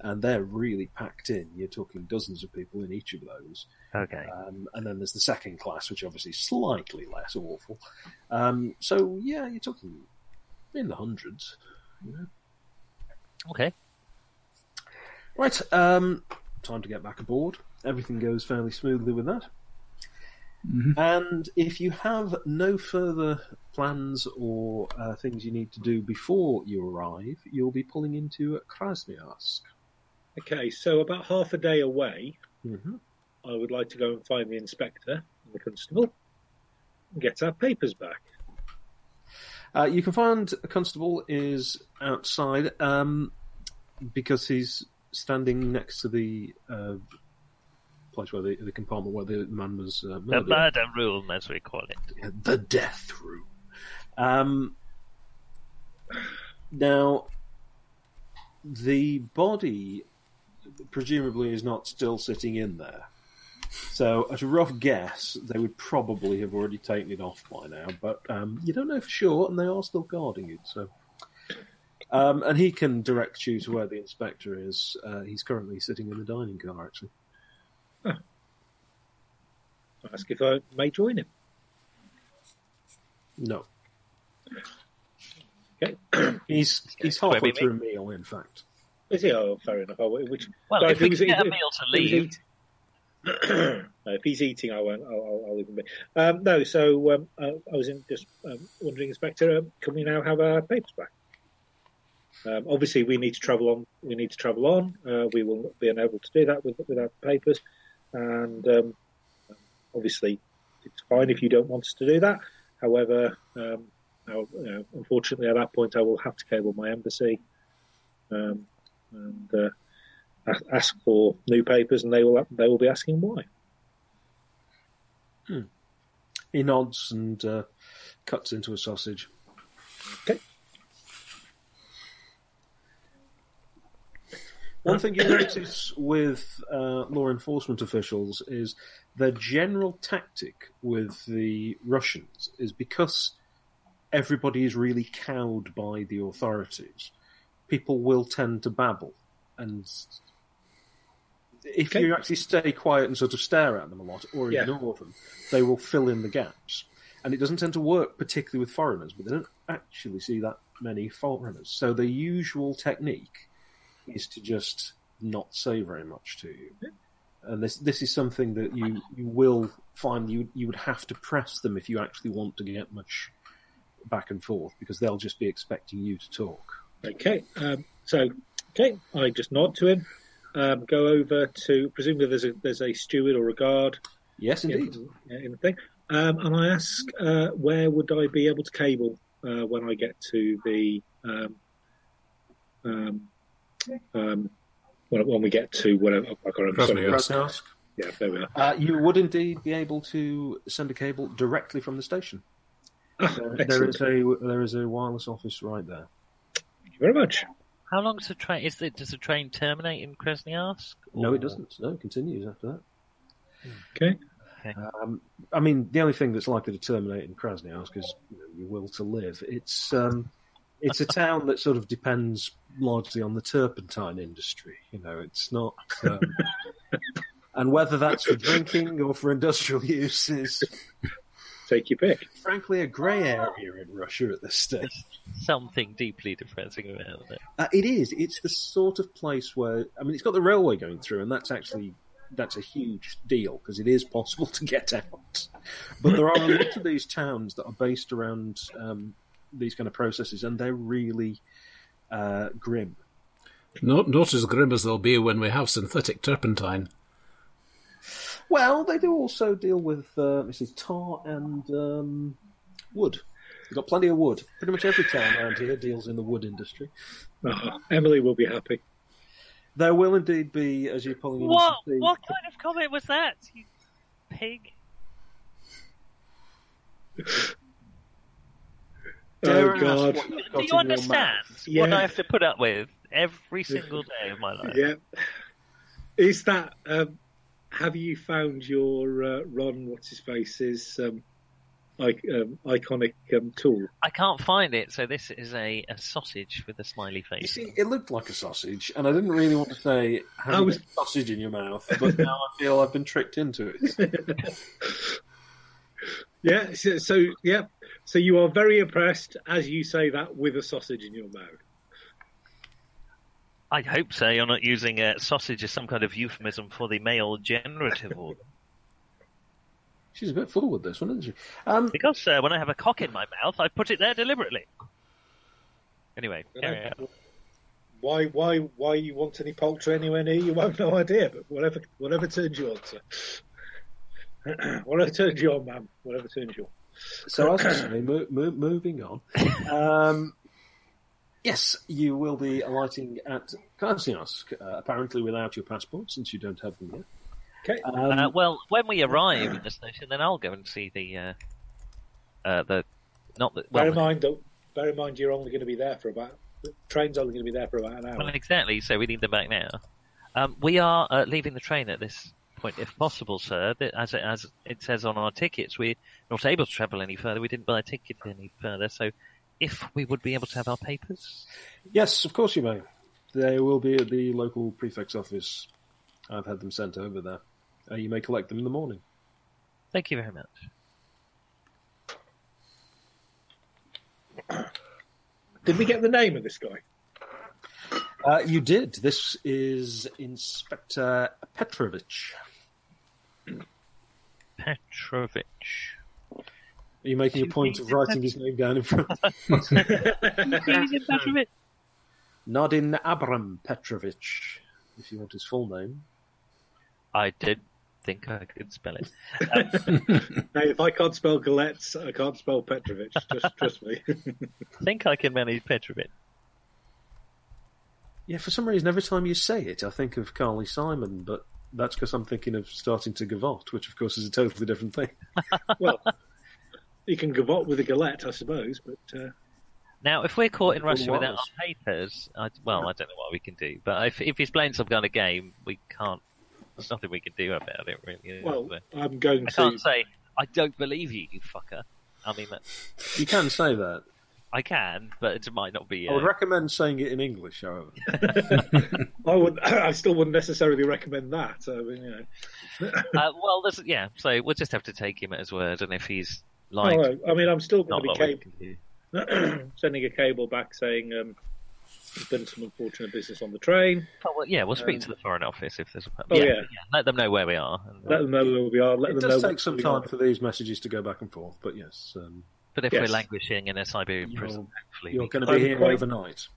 S3: and they're really packed in. You're talking dozens of people in each of those.
S5: Okay.
S3: Um, and then there's the second class, which obviously is slightly less awful. Um, so yeah, you're talking in the hundreds.
S5: Okay.
S3: Right, um, time to get back aboard. Everything goes fairly smoothly with that. And if you have no further plans or uh, things you need to do before you arrive, you'll be pulling into Krasnoyarsk.
S6: Okay, so about half a day away,
S3: Mm-hmm.
S6: I would like to go and find the inspector and the constable and get our papers back.
S3: Uh, you can find a constable is outside um, because he's standing next to the uh, place where the, the compartment where the man was uh,
S5: The
S3: murdered.
S5: murder room, as we call it.
S3: the death room. Um, now, the body presumably is not still sitting in there. So, at a rough guess, they would probably have already taken it off by now, but um, you don't know for sure, and they are still guarding it. So, um, and he can direct you to where the inspector is. Uh, he's currently sitting in the dining car, actually.
S6: I'll ask if I may join him.
S3: No,
S6: Okay.
S3: he's he's
S5: Where
S3: halfway
S5: we
S3: through a meal, in fact.
S6: Is he? Oh, fair enough. I, won't- which,
S5: Well,
S6: but
S5: if we
S6: he's
S5: can get a
S6: eating-
S5: meal to
S6: if he's
S5: leave,
S6: eat- No, if he's eating, I won't. I'll, I'll, I'll leave him be. Um, no, so um, I, I was in just um, wondering, Inspector, um, can we now have our papers back? Um, obviously, we need to travel on. We need to travel on. Uh, we will not be unable to do that with, without the papers. And um, obviously, it's fine if you don't want us to do that. However, um, I'll- you know, unfortunately, at that point, I will have to cable my embassy um, and uh, a- ask for new papers, and they will they will be asking why.
S3: He nods and uh, cuts into a sausage.
S6: Okay.
S3: One thing you notice with uh, law enforcement officials is their general tactic with the Russians is because everybody is really cowed by the authorities, people will tend to babble. And if
S6: Okay.
S3: you actually stay quiet and sort of stare at them a lot or
S6: Yeah.
S3: ignore them, they will fill in the gaps. And it doesn't tend to work particularly with foreigners, but they don't actually see that many foreigners. So the usual technique is to just not say very much to you. And this this is something that you, you will find you you would have to press them if you actually want to get much back and forth because they'll just be expecting you to talk.
S6: Okay, um, so okay, I just nod to him. Um, go over to presumably there's a there's a steward or a guard
S3: Yes,
S6: in,
S3: indeed.
S6: in the thing, um, and I ask uh, where would I be able to cable uh, when I get to the um, um, um, when, when we get to whatever I can't remember. sorry.
S4: Krasnoyarsk.
S6: Yeah, there we are.
S3: Uh, you would indeed be able to send a cable directly from the station. There- there
S6: Excellent.
S3: is a there is a wireless office right there.
S6: Thank you very much.
S5: how long's the train? Is the, does the train terminate in Krasnoyarsk?
S3: No,
S5: Or-
S3: it doesn't. No, it continues after
S6: Okay.
S3: that. Um, I mean, the only thing that's likely to terminate in Krasnoyarsk is you know, your will to live. It's um, it's a town that sort of depends largely on the turpentine industry. You know, it's not. Um, And whether that's for drinking or for industrial use is
S6: Take your pick.
S3: frankly a grey area in Russia at this stage.
S5: Something deeply depressing about it.
S3: Uh, it is. It's the sort of place where I mean, it's got the railway going through, and that's actually that's a huge deal because it is possible to get out. But there are a lot of these towns that are based around um, these kind of processes, and they're really uh, grim.
S4: Not not as grim as they'll be when we have synthetic turpentine.
S3: Well, they do also deal with uh, this is tar and um, wood. We've got plenty of wood. Pretty much every town around here deals in the wood industry.
S6: Oh, Emily will be happy.
S3: There will indeed be, as you're pulling in,
S5: What?
S3: you can see-
S5: What kind of comment was that? You pig.
S3: Dare I
S6: oh
S3: ask
S6: God.
S3: what you've got
S5: Do
S3: in
S5: you
S3: your
S5: understand
S3: mouth?
S5: what
S6: Yeah.
S5: I have to put up with every single day of my life?
S6: Yeah. Is that um, have you found your uh, Ron? What's his face's um, I- um, iconic um, tool?
S5: I can't find it, so this is a, a sausage with a smiley
S3: You
S5: face.
S3: see, it looked like a sausage, and I didn't really want to say have
S6: I
S3: you
S6: was-
S3: got sausage in your mouth, but now I feel I've been tricked into it.
S6: Yeah. So, so yeah. So you are very impressed as you say that with a sausage in your mouth.
S5: I hope so. You're not using uh, sausage as some kind of euphemism for the male generative organ.
S3: She's a bit forward this one, isn't she? Um,
S5: Because uh, when I have a cock in my mouth, I put it there deliberately. Anyway, carry on.
S6: Why? Why? Why you want any poultry anywhere near you? I have no idea. But whatever, whatever turns you on, sir. whatever turns you on, ma'am. Whatever turns you on.
S3: so as I say, mo- mo- moving on. Um, yes, you will be alighting at Kasiask, uh, apparently without your passport, since you don't have them yet.
S6: Okay.
S3: Um,
S5: Uh, well, when we arrive at the station, then I'll go and see the uh, uh, the not the
S6: bear
S5: well,
S6: in mind that. Bear in mind, you're only going to be there for about. The train's only going to be there for about an hour.
S5: well, exactly. So we need them back now. Um, we are uh, leaving the train at this point, if possible, sir. That- As it, as it says on our tickets, we're not able to travel any further. We didn't buy a ticket any further, so. If we would be able to have our papers,
S3: yes, of course you may. They will be at the local prefect's office. I've had them sent over there. Uh, you may collect them in the morning.
S5: thank you very much.
S6: Did we get the name of this guy?
S3: Uh, you did. This is Inspector Petrovich.
S5: Petrovich.
S3: Are you making a point of writing his name down in front?
S5: Petrovich.
S3: Nadin Abram Petrovich, if you want his full name.
S5: I did think I could spell it.
S6: Hey, if I can't spell Galettes, I can't spell Petrovich. Just trust me.
S5: I think I can manage Petrovich.
S3: Yeah, for some reason, every time you say it, I think of Carly Simon, but that's because I'm thinking of starting to gavotte, which, of course, is a totally different thing.
S6: well, you can gavotte with a galette, I suppose, but uh,
S5: Now, if we're caught in
S3: Well,
S5: Russia without
S3: was.
S5: our papers, I, well, I don't know what we can do. But if, if he's playing some kind of game, we can't. There's nothing we can do about it, really. is
S6: well,
S5: there?
S6: I'm going
S5: I
S6: to.
S5: can't say I don't believe you, you fucker. I mean, that,
S3: You can say that.
S5: I can, but it might not be.
S3: I would
S5: Uh,
S3: recommend saying it in English, however.
S6: I would. I still wouldn't necessarily recommend that. I mean, you know.
S5: uh, well, this, yeah. So we'll just have to take him at his word, and if he's lying,
S6: Oh, I mean, I'm still
S5: not
S6: going
S5: what
S6: to
S5: we
S6: be
S5: can do.
S6: cab- sending a cable back saying um, there's been some unfortunate business on the train.
S5: Oh, well, yeah, we'll speak to the foreign office if there's a
S6: Oh,
S5: yeah,
S6: yeah.
S5: let them know where we are. And-
S6: Let them know where we are. Let
S3: It
S6: them
S3: does
S6: know
S3: take
S6: what's
S3: some
S6: going on.
S3: time for these messages to go back and forth, but yes, um,
S5: but if
S6: yes.
S5: we're languishing in a Siberian
S3: You're-
S5: prison, hopefully
S3: you're
S5: we can-
S3: going to be
S6: I'm
S3: here
S6: quite-
S3: overnight.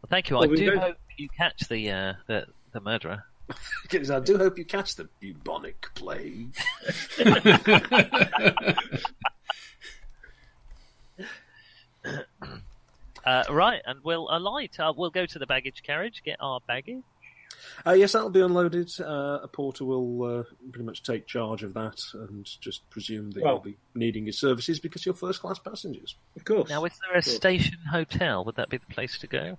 S5: Well, thank you.
S6: Well,
S5: I
S6: we
S5: do
S6: don't-
S5: hope you catch the uh, the, the murderer.
S3: Because I do hope you catch the bubonic plague.
S5: Uh, right, and we'll alight. Uh, we'll go to the baggage carriage, get our baggage.
S3: Uh, yes, that'll be unloaded. Uh, a porter will uh, pretty much take charge of that and just presume that
S6: Well-
S3: you'll be needing his services because you're first class passengers.
S6: Of course.
S5: Now, is there a station hotel? Would that be the place to go?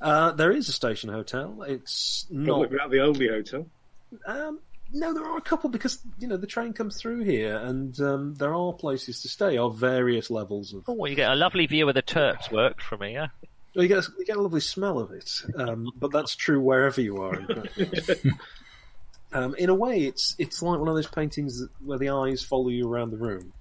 S3: Uh, there is a station hotel. It's
S6: Probably
S3: not.
S6: about the only hotel.
S3: Um, no, there are a couple because you know the train comes through here, and um, there are places to stay of various levels of.
S5: Oh, you get a lovely view of the Turks work from here.
S3: Well, you get a, you get a lovely smell of it, um, but that's true wherever you are. in fact. um, in a way, it's it's like one of those paintings that, where the eyes follow you around the room.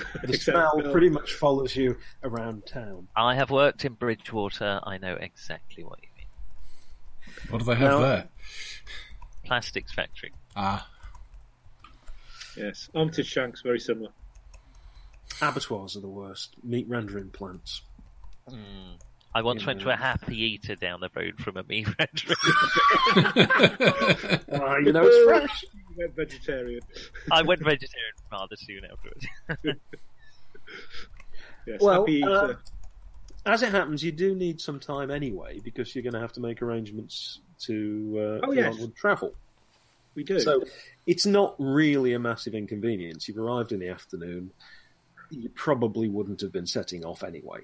S3: The
S6: Except-
S3: smell pretty much follows you around town.
S5: I have worked in Bridgewater. I know exactly what you mean.
S7: What do they have
S3: No.
S7: there?
S5: Plastics factory.
S7: Ah,
S6: Yes. Armitage Shanks, very similar.
S3: Abattoirs are the worst. Meat rendering plants.
S5: I once
S3: Yeah.
S5: went to a Happy Eater down the road from a meat factory.
S3: Ah, you know it's fresh.
S6: You went vegetarian.
S5: I went vegetarian rather soon afterwards.
S6: Yes.
S3: Well,
S6: happy
S3: uh,
S6: eater.
S3: As it happens, you do need some time anyway because you're going to have to make arrangements to uh,
S6: Oh,
S3: for
S6: yes.
S3: onward travel.
S6: we do.
S3: So it's not really a massive inconvenience. You've arrived in the afternoon. You probably wouldn't have been setting off anyway.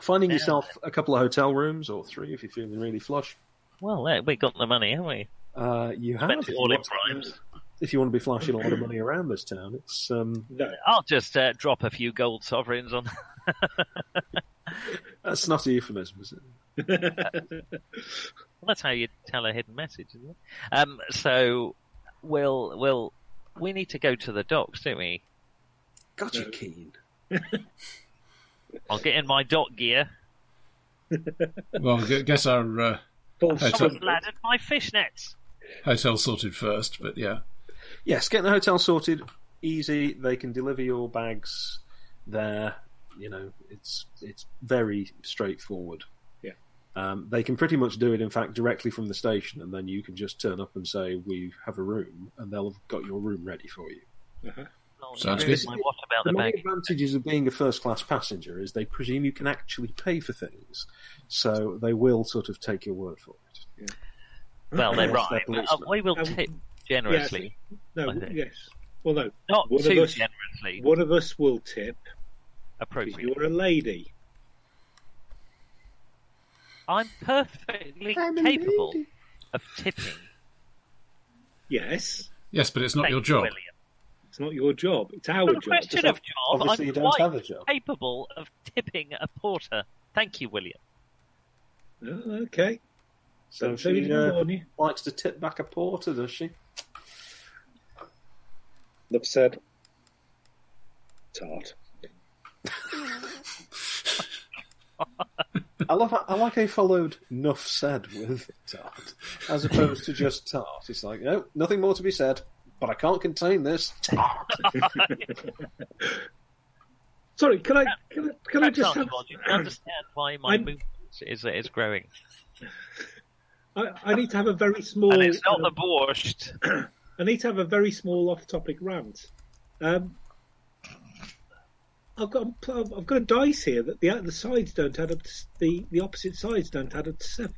S3: Finding yourself a couple of hotel rooms or three if you're feeling really flush.
S5: well, eh, we got the money, haven't we?
S3: Uh, you have.
S5: Spent it
S3: if
S5: all
S3: you
S5: in
S3: want-
S5: primes.
S3: If you want to be flashing a lot of money around this town, it's um,
S6: No,
S5: I'll just uh, drop a few gold sovereigns on.
S3: that's not a euphemism, is it?
S5: Well, that's how you tell a hidden message, isn't it? Um, so, we'll, we'll, we need to go to the docks, don't we?
S3: God, you're keen.
S5: I'll get in my dock gear.
S7: Well, I guess our uh,
S6: Paul
S7: That's
S5: Someone's
S6: Simon,
S5: laddered my fishnets.
S7: hotel sorted first, but yeah.
S3: Yes, get the hotel sorted. Easy. They can deliver your bags there. You know, it's it's very straightforward.
S6: Yeah.
S3: Um, they can pretty much do it, in fact, directly from the station, and then you can just turn up and say, "We have a room," and they'll have got your room ready for you.
S5: Oh,
S7: Sounds
S5: really?
S3: good.
S5: My What about the
S3: the main
S5: bag?
S3: advantages of being a first-class passenger is they presume you can actually pay for things, so they will sort of take your word for it.
S5: Well, they're
S3: Yes,
S5: right.
S3: they're
S5: but, uh,
S3: policemen.
S5: we will
S6: Um,
S5: tip generously,
S6: no,
S5: I think.
S6: yes. Well, no,
S5: not
S6: one of
S5: too
S6: us-
S5: generously.
S6: one of us will tip because
S5: appropriately.
S6: you're a lady.
S5: I'm perfectly capable of tipping.
S6: Yes,
S7: Yes, but it's not
S5: Thank
S7: your
S5: you,
S7: job.
S5: William.
S6: it's not your job. It's our
S5: Not a
S6: job.
S5: question of job.
S3: Obviously,
S5: I'm
S3: you don't
S5: quite
S3: have a job.
S5: capable of tipping a porter. Thank you, William.
S6: Oh, okay.
S3: So
S6: So you
S3: she
S6: didn't
S3: uh,
S6: warn you.
S3: likes to tip back a porter, does she?
S6: Love said. Tart.
S3: I love. I like how he followed "nuff said" with "tart," as opposed to just "tart." It's like, no, nothing more to be said. But I can't contain this. Tart.
S6: Sorry, can I can I, can I
S5: Perhaps
S6: just have,
S5: after all, you can understand why my
S6: I'm-
S5: movement is is growing,
S6: I, I need to have a very small
S5: and it's not
S6: um,
S5: the borscht.
S6: I need to have a very small off-topic rant. Um, I've got I've got a dice here that the the sides don't add up to s- the the opposite sides don't add up to seven.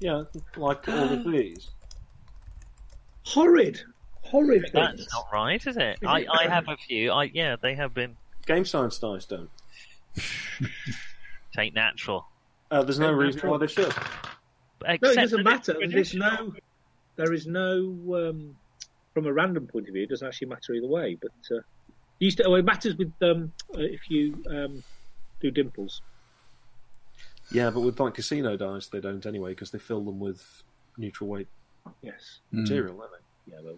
S3: Yeah, like all of these.
S6: Horrid, horrid
S5: That's
S6: things.
S5: not right, is it? I, I have a few. I yeah, they have been
S3: Game science dice don't.
S5: take natural.
S3: Uh, there's no
S6: Don't
S3: reason
S6: matter.
S3: why they should.
S6: No, it
S5: Except
S6: doesn't
S5: that it's
S6: matter. There's
S5: traditional.
S6: no, there is no. Um, from a random point of view, it doesn't actually matter either way. But uh, you used to, oh, it matters with um, uh, if you um, do dimples.
S3: Yeah, but with like casino dice, they don't anyway because they fill them with neutral weight
S6: Yes.
S5: Hmm.
S3: material, don't they?
S6: Yeah. Well,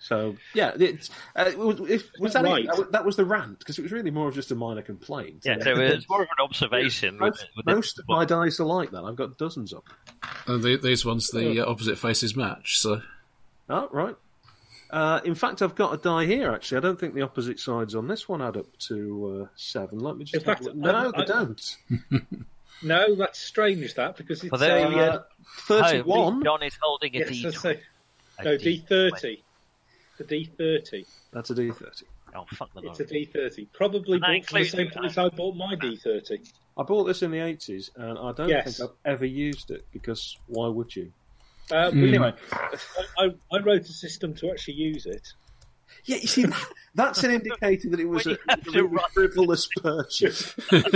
S3: So yeah, it's, uh, was- if, was that
S6: Right.
S3: it? that was the rant because it was really more of just a minor complaint.
S5: Yeah, so it's more of an observation. with-
S3: most,
S5: with
S3: most
S5: it.
S3: of my dice are like that. I've got dozens of them.
S7: And the, these ones, the uh, opposite faces match. So
S3: Oh, right. Uh, in fact, I've got a die here. Actually, I don't think the opposite sides on this one add up to uh, seven. Let me just.
S6: In
S3: have a
S6: fact,
S3: look. no,
S6: I-
S3: they
S6: I-
S3: don't.
S6: no, that's strange. That because it's
S5: Well, there
S6: a,
S5: we
S6: uh,
S3: Uh, Thirty-one.
S5: Oh, John is holding a
S6: yes,
S5: D20.
S6: that's a-
S5: A
S6: no D
S5: D20.
S6: thirty. The D thirty.
S3: That's a D thirty.
S5: Oh fuck the
S6: It's
S5: lorry.
S6: a D thirty. Probably
S5: And that
S6: bought from the
S5: includes-
S6: same place I bought my D thirty.
S3: I bought this in the eighties, and I don't
S6: Yes.
S3: think I've ever used it because why would you?
S6: Uh,
S5: Hmm.
S7: Mm.
S6: Anyway, I, I wrote a system to actually use it.
S3: Yeah, you see, that's an indicator that it was
S5: When
S3: a
S5: you have to
S3: really
S5: write-
S3: frivolous purchase. I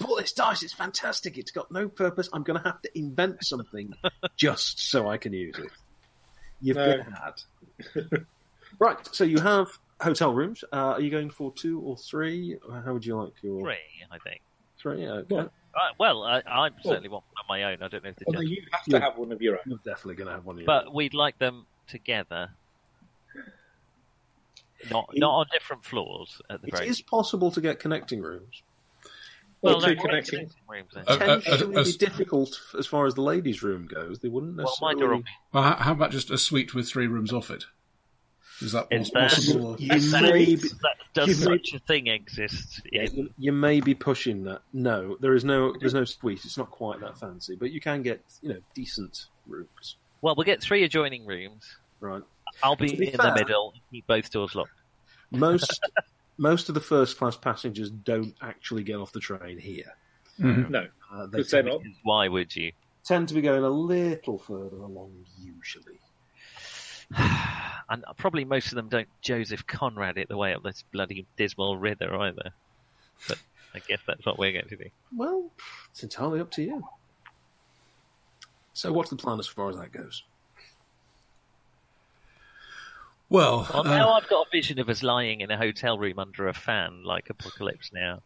S3: bought this dice; it's fantastic. It's got no purpose. I'm going to have to invent something just so I can use it. You've
S6: No.
S3: been had. right, so you have hotel rooms. Uh, are you going for two or three? Or How would you like your
S5: Three, I think.
S3: Three, Okay.
S6: Well,
S5: Right, well, I, I certainly want one on my own. I don't know if the
S6: Although
S5: judge,
S6: you have
S3: Yeah.
S6: to have one of your own.
S3: You're definitely going to have one of your
S5: but we'd like them together, not
S3: It-
S5: not on different floors at the
S3: It
S5: very.
S3: is possible to get connecting rooms.
S6: Or
S5: well, no,
S6: two
S5: we're
S6: connecting.
S5: connecting rooms. then.
S7: Uh, uh, uh,
S3: Potentially
S7: uh,
S3: be difficult as far as the ladies' room goes. They wouldn't
S5: well,
S3: necessarily.
S5: mine are all
S7: well, how, how about just a suite with three rooms off it? Is that
S5: Is
S7: pos-
S5: that-
S7: possible? or-
S3: You
S5: That,
S3: may be-
S5: that does
S3: you may-
S5: such a thing exist?
S3: Yeah,
S5: It-
S3: you, you may be pushing that. No, there is no there's no suite. It's not quite that fancy, but you can get you know decent rooms,
S5: Well, we'll get three adjoining rooms.
S3: right?
S5: I'll be,
S3: To be
S5: in
S3: fair-
S5: the middle. Keep both doors locked.
S3: Most most of the first class passengers don't actually get off the train here.
S6: No,
S3: Uh, they
S6: because they're
S3: tend,
S6: not.
S5: Why would you?
S3: tend to be going a little further along usually.
S5: And probably most of them don't Joseph Conrad it the way up this bloody dismal river either. But I guess that's what we're going to do.
S3: Well, it's entirely up to you. So, what's the plan as far as that goes?
S7: Well,
S5: Well,
S7: uh,
S5: now I've got a vision of us lying in a hotel room under a fan, like Apocalypse Now.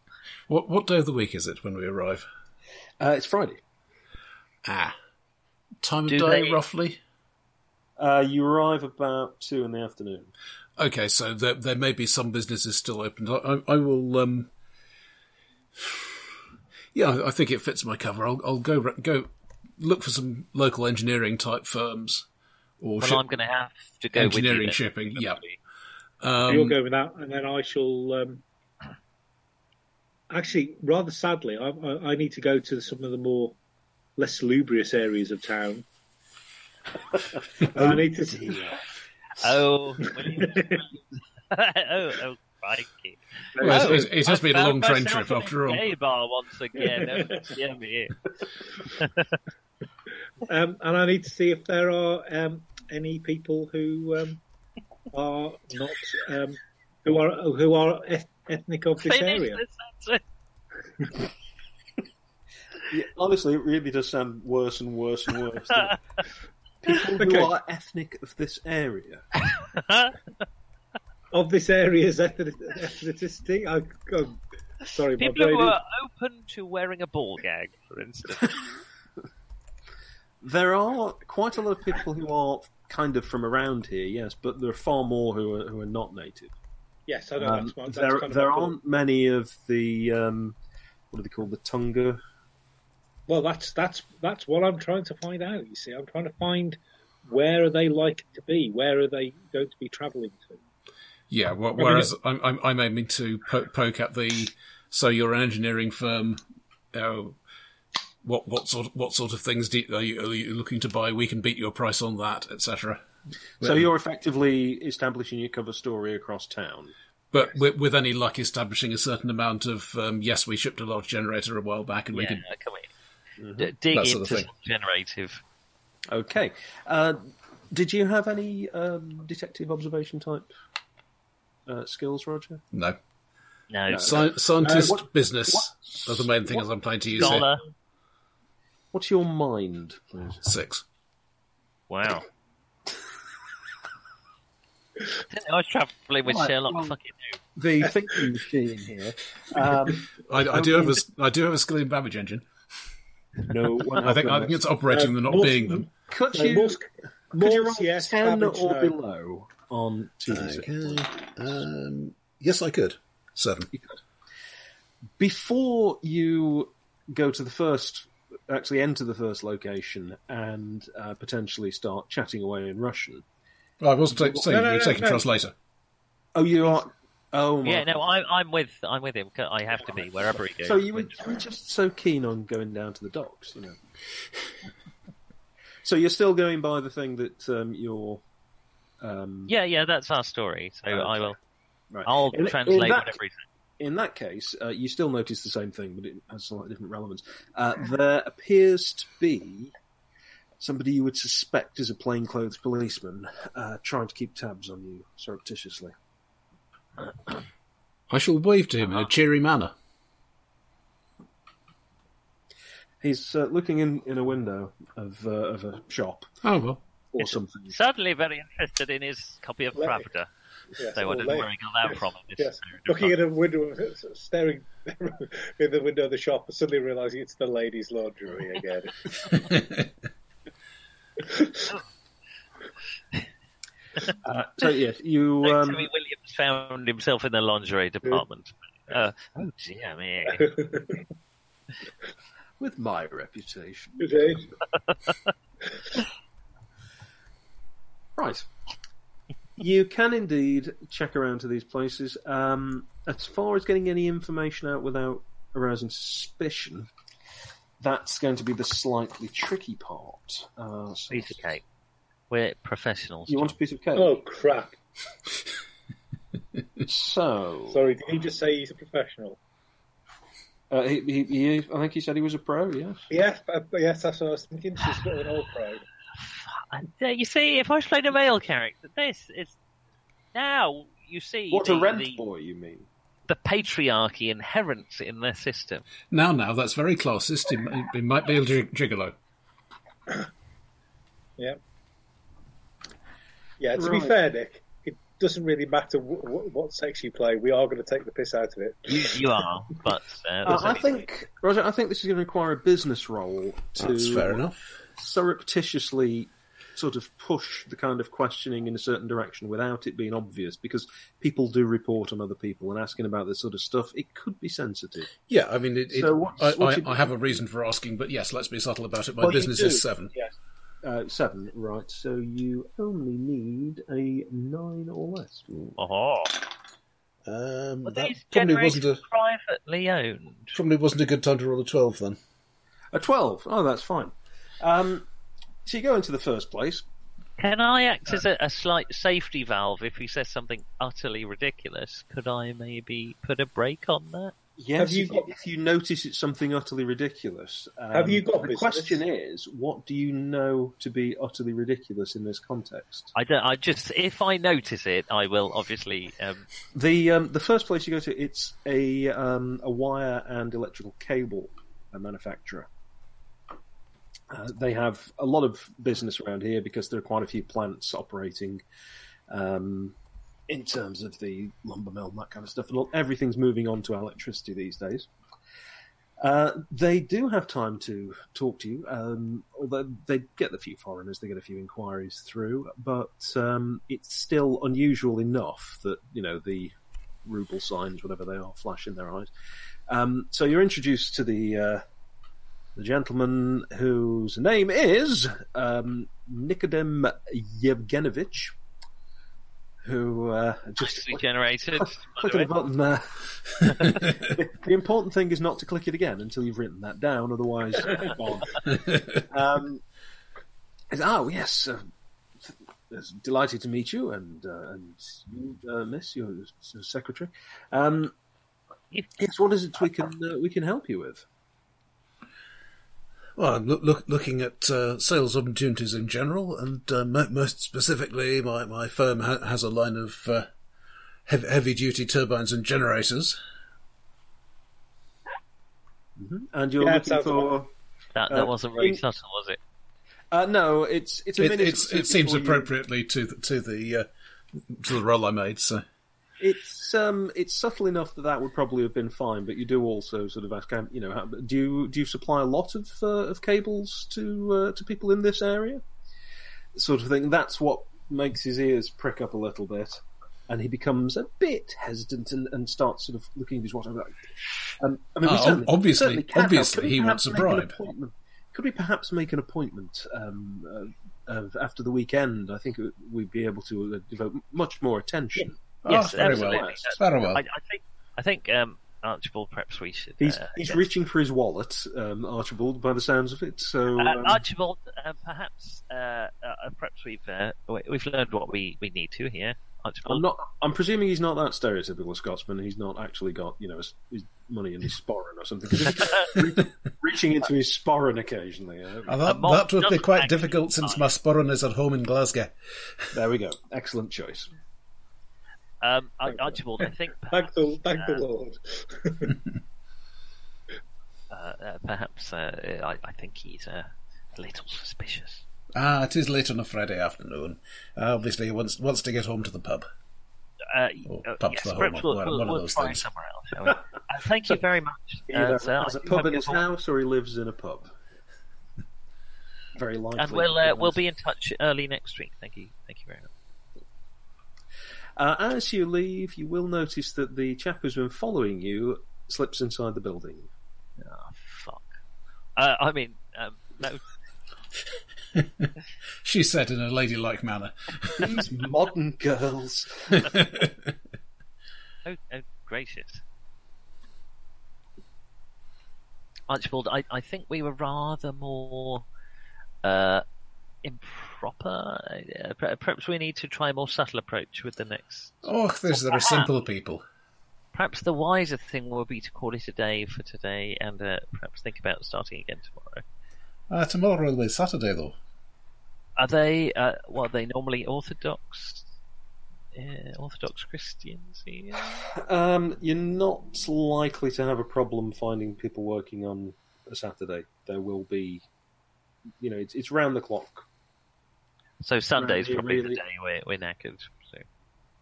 S4: What what day of the week is it when we arrive?
S3: Uh, it's Friday.
S4: Ah, time of
S5: Do
S4: day
S5: they-
S4: roughly.
S3: Uh, you arrive about two in the afternoon.
S4: Okay, so there, there may be some businesses still open. I, I, I will. Um, yeah, I- I think it fits my cover. I'll, I'll go ra- go look for some local engineering type firms or
S5: Well,
S4: ship-
S5: I'm going to have to go with you.
S4: engineering
S5: then.
S4: shipping. Yeah,
S5: Um,
S4: Um,
S6: You'll go with that, and then I shall. Um, actually, rather sadly, I, I, I need to go to some of the more less salubrious areas of town. I need to.
S5: Oh, William- oh, oh, crikey.
S4: Well, it's-
S5: Oh,
S4: it's- it has
S5: I
S4: been a
S5: found
S4: long train
S5: myself
S4: trip
S5: in a
S4: after all.
S5: Gay bar once again. Oh, it's yummy.
S6: Um, and I need to see if there are um, any people who um, are not um, who are who are eth- ethnic of this
S5: Finish
S6: area.
S5: the sentence.
S3: Yeah, honestly, it really does sound worse and worse and worse. doesn't it? People who
S6: Okay.
S3: are ethnic of this area.
S6: Of this area's ethnic- ethnicity, I, I'm sorry, my
S5: People
S6: brain
S5: who
S6: is-
S5: are open to wearing a ball gag, for instance.
S3: There are quite a lot of people who are kind of from around here, yes, but there are far more who are, who are not native.
S6: Yes, I know
S3: Um,
S6: Oh, that's, my, that's
S3: there
S6: kind of
S3: there
S6: my thought.
S3: aren't many of the um, what are they called? The Tunga.
S6: Well, that's that's that's what I'm trying to find out. You see, I'm trying to find where are they likely to be? Where are they going to be travelling to?
S4: yeah. wh- Whereas I'm, I'm I'm aiming to po- poke at the. So you're an engineering firm. Oh, what what sort of, what sort of things do you, are, you, are you looking to buy? We can beat your price on that, etc.
S3: So you're effectively establishing your cover story across town.
S4: But with, with any luck, establishing a certain amount of um, yes, we shipped a large generator a while back, and we
S5: yeah,
S4: could
S5: come here.
S3: Mm-hmm.
S5: D- dig
S4: That
S5: into
S4: sort of thing.
S5: some generative.
S3: Okay. Uh, did you have any um, detective observation type uh, skills, Roger?
S4: no
S5: No,
S4: Sci- scientist
S3: Uh, what-
S4: business. That's the main thing as I'm trying to use
S5: scholar.
S4: here.
S3: What's your mind, please?
S4: Six.
S5: Wow. Didn't I was travelling with
S3: Right,
S5: Sherlock
S3: well-
S5: fucking knew.
S3: The thinking machine here. Um,
S4: I, I do have a s- I do have a skill in Babbage engine.
S3: no, one
S4: I Uh, think I think it's operating them, not
S6: Morse-
S4: being them.
S3: Could
S6: So
S3: you,
S6: Morse,
S3: could you
S6: Morse,
S3: roll
S6: yes,
S3: 10
S6: Babbage,
S3: or
S6: no.
S3: below on TV?
S4: Um, yes, I could. Seven.
S3: before you go to the first, actually enter the first location and uh, potentially start chatting away in Russian.
S4: Well, I was ta- saying
S6: no,
S4: we were
S6: no,
S4: taking
S6: no.
S4: trust later.
S3: Oh, you are. Oh, my
S5: Yeah, no, I, I'm with I'm with him. 'cause I have to be wherever he goes.
S3: So you were, you were just so keen on going down to the docks, you know. so you're still going by the thing that um, you're. Um,
S5: Yeah, yeah, that's our story. So I will.
S3: Right.
S5: I'll
S3: In- in
S5: translate
S3: that-
S5: whatever he says.
S3: in that case, uh, you still notice the same thing, but it has slightly different relevance. Uh, there appears to be somebody you would suspect is a plainclothes policeman uh, trying to keep tabs on you surreptitiously.
S4: I shall wave to him in a cheery manner.
S3: He's uh, looking in, in a window of, uh, of a shop
S4: Oh well.
S3: or something.
S5: Suddenly very interested in his copy of
S6: Let me-
S5: Pravda.
S6: Yes,
S5: So I
S6: or
S5: don't know
S6: lay-
S5: where he got that from. It's
S6: Yes,
S5: very
S6: looking
S5: different.
S6: at a window, staring in the window of the shop, and suddenly realising it's the ladies' laundry again.
S3: Uh, so, yes, you.
S5: Next
S3: Um,
S5: to me, Williams found himself in the lingerie department. Uh, oh dear me!
S3: with my reputation.
S6: Today,
S3: Right. You can indeed check around to these places. Um, as far as getting any information out without arousing suspicion, that's going to be the slightly tricky part. Uh, so
S5: Piece of cake. We're professionals.
S3: you want a piece of cake?
S6: oh crap!
S3: So,
S6: Sorry, did he just say he's a professional?
S3: uh, he, he, he, I think he said he was a pro, yes.
S6: Yes, uh, yes, that's what I was thinking. She's got an old crowd.
S5: And, uh, you see, if I was playing a male character, this is now you see
S3: What
S5: the,
S3: a rent
S5: the,
S3: boy, you mean?
S5: the patriarchy inherent in their system.
S4: Now, now, that's very classist. It, it might be a gig- gigolo.
S6: Yeah. Yeah. To be
S3: Right.
S6: fair, Nick, it doesn't really matter wh- wh- what sex you play. We are going to take the piss out of it.
S5: You, you are, but uh,
S3: Uh,
S5: that's
S3: I
S5: only-
S3: think, Roger, I think this is going to require a business role to
S7: That's fair enough.
S3: surreptitiously sort of push the kind of questioning in a certain direction without it being obvious because people do report on other people and asking about this sort of stuff it could be sensitive
S4: Yeah, I mean, it, it,
S3: So what-
S4: I,
S3: what
S4: I,
S3: you-
S4: I have a reason for asking, but yes, let's be subtle about it. My
S3: Well, you
S4: business
S3: do.
S4: is seven.
S3: uh, seven right so you only need a nine or less
S5: Oh,
S7: Um,
S5: Well,
S7: that
S5: these
S7: probably
S5: generations
S7: wasn't a
S5: privately owned.
S7: probably wasn't a good time to roll a twelve then.
S3: a 12 oh that's fine um, so you go into the first place
S5: Can I act as a, a slight safety valve if he says something utterly ridiculous? Could I maybe put a brake on that?
S3: Yes,
S6: Have you
S3: if,
S6: got-
S3: if you notice it's something utterly ridiculous. um,
S6: Have you got
S3: the
S6: business?
S3: question is, what do you know to be utterly ridiculous in this context?
S5: I don't. I just if I notice it, I will obviously. Um,
S3: The um, the first place you go to, it's a um, a wire and electrical cable uh, manufacturer. Uh, they have a lot of business around here because there are quite a few plants operating um, in terms of the lumber mill and that kind of stuff. And all- everything's moving on to electricity these days. Uh, they do have time to talk to you, um, although they get a few foreigners, they get a few inquiries through, but um, it's still unusual enough that, you know, the ruble signs, whatever they are, flash in their eyes. Um, so you're introduced to the, uh, the gentleman whose name is um, Nikodem Yevgenovich, who uh, just
S5: actually generated. by
S3: click
S5: the
S3: on
S5: way.
S3: the button there. the important thing is not to click it again until you've written that down, otherwise, it's gone. Um, it's- oh, yes. Uh, it's delighted to meet you, and uh, and you, uh, Miss, your, your secretary. Um, yes, what is it we can uh, we can help you with?
S4: Well, I'm look, look, looking at uh, sales opportunities in general, and uh, mo- most specifically, my, my firm ha- has a line of uh, heavy, heavy duty turbines and generators.
S3: And you're
S6: Yeah, it
S3: looking
S6: sounds
S3: for
S5: That,
S3: Uh,
S5: that wasn't really
S3: in-
S5: subtle, was it?
S3: uh, no, it's it's a
S4: It,
S3: minute.
S4: it's,
S3: or two
S4: it seems
S3: before you-
S4: appropriately to the, to the uh, to the role I made. So
S3: It's um, it's subtle enough that that would probably have been fine, but you do also sort of ask, um, you know, how, do you do you supply a lot of uh, of cables to uh, to people in this area, sort of thing. That's what makes his ears prick up a little bit, and he becomes a bit hesitant and, and starts sort of looking at his watch. and Like, um, I mean, we
S4: Ah, ob-
S3: certainly-
S4: obviously-
S3: certainly can help.
S4: obviously
S3: Could we
S4: he
S3: perhaps
S4: wants a
S3: make an
S4: bribe.
S3: appointment- Could we perhaps make an appointment um, uh, of, after the weekend? I think we'd be able to uh, devote much more attention.
S5: yes,
S4: Ah, very
S5: absolutely.
S4: well,
S5: That's-
S7: Very well.
S5: I, I think. I think um, Archibald. Perhaps we should.
S3: He's,
S5: uh,
S3: he's
S5: get-
S3: reaching for his wallet, um, Archibald, by the sounds of it. So,
S5: Uh,
S3: um,
S5: Archibald, uh, perhaps, uh, uh, perhaps we've uh, we- we've learned what we, we need to here. Archibald,
S3: I'm not. I'm presuming he's not that stereotypical Scotsman. He's not actually got you know his, his money in his sporran or something. 'Cause he keeps re- reaching into his sporran occasionally. Uh,
S7: Ah,
S5: A
S7: that,
S5: mob
S7: that would be
S5: doesn't
S7: quite
S5: actually
S7: difficult since
S5: die.
S7: my sporran is at home in Glasgow.
S3: there we go. Excellent choice.
S5: um, Ar- Archibald, I think
S6: Thank
S5: perhaps,
S6: the, thank
S5: uh,
S6: the Lord.
S5: uh, uh, perhaps uh, I, I think he's uh, a little suspicious.
S7: Ah, it is late on a Friday afternoon. Uh, obviously, he wants wants to get home to the pub.
S5: Uh,
S7: Or
S5: uh,
S7: perhaps
S5: yes,
S7: the
S5: perhaps
S7: homework,
S5: we'll,
S7: one-
S5: we'll,
S7: one of
S5: we'll
S7: those
S5: try
S7: things.
S5: somewhere else. Shall we? uh, thank you very much.
S3: Either
S5: and, uh,
S3: has
S5: I
S3: a
S5: do
S3: pub
S5: have
S3: in
S5: your
S3: his
S5: phone.
S3: house, or he lives in a pub. Very likely.
S5: and we'll uh, we'll be in touch early next week. Thank you, thank you very much.
S3: Uh, as you leave, you will notice that the chap who's been following you slips inside the building.
S5: Oh, fuck. Uh, I mean, um, no,
S4: she said in a ladylike manner.
S3: These modern girls.
S5: Oh, oh gracious. Archibald, I, I think we were rather more uh, improper. Uh, per- Perhaps we need to try a more subtle approach with the next.
S7: Oh, these are simple people.
S5: Perhaps the wiser thing will be to call it a day for today and uh, perhaps think about starting again tomorrow.
S7: Uh, tomorrow will be Saturday, though.
S5: Are they, uh, well, are they normally Orthodox? Uh, Orthodox Christians here?
S3: Um, you're not likely to have a problem finding people working on a Saturday. There will be, you know, it's, it's round the clock
S5: So Sunday's
S3: Right, it
S5: probably the
S3: really-
S5: day we're, we're knackered. So.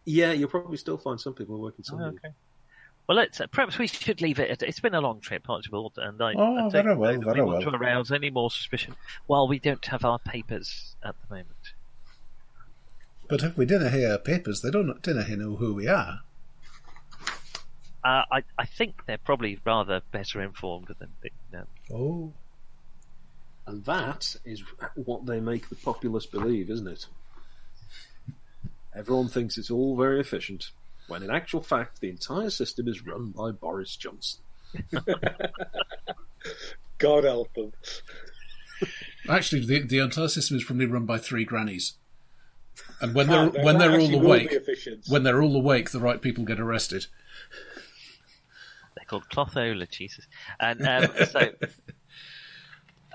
S3: Yeah, you'll probably still find some people working
S5: Oh,
S3: Sunday.
S5: okay. Well, let's, uh, perhaps we should leave it. At, it's been a long trip, Archibald, and I,
S7: Oh,
S5: I don't
S7: very
S5: know
S7: well,
S5: that
S7: very
S5: we want
S7: well.
S5: to arouse any more suspicion while we don't have our papers at the moment.
S8: But if we didn't hear papers, they don't didn't hear know who we are.
S5: Uh, I, I think they're probably rather better informed than. than um,
S8: Oh,
S3: And that is what they make the populace believe, isn't it? Everyone thinks it's all very efficient, when in actual fact, the entire system is run by Boris Johnson.
S6: God help them.
S7: Actually, the, the entire system is probably run by three grannies. And when
S6: Ah,
S7: they're,
S6: that-
S7: when
S6: that
S7: they're all
S6: actually will be
S7: awake,
S6: efficient.
S7: when they're all awake, the right people get arrested.
S5: they're called Clothola, Jesus. And um, so,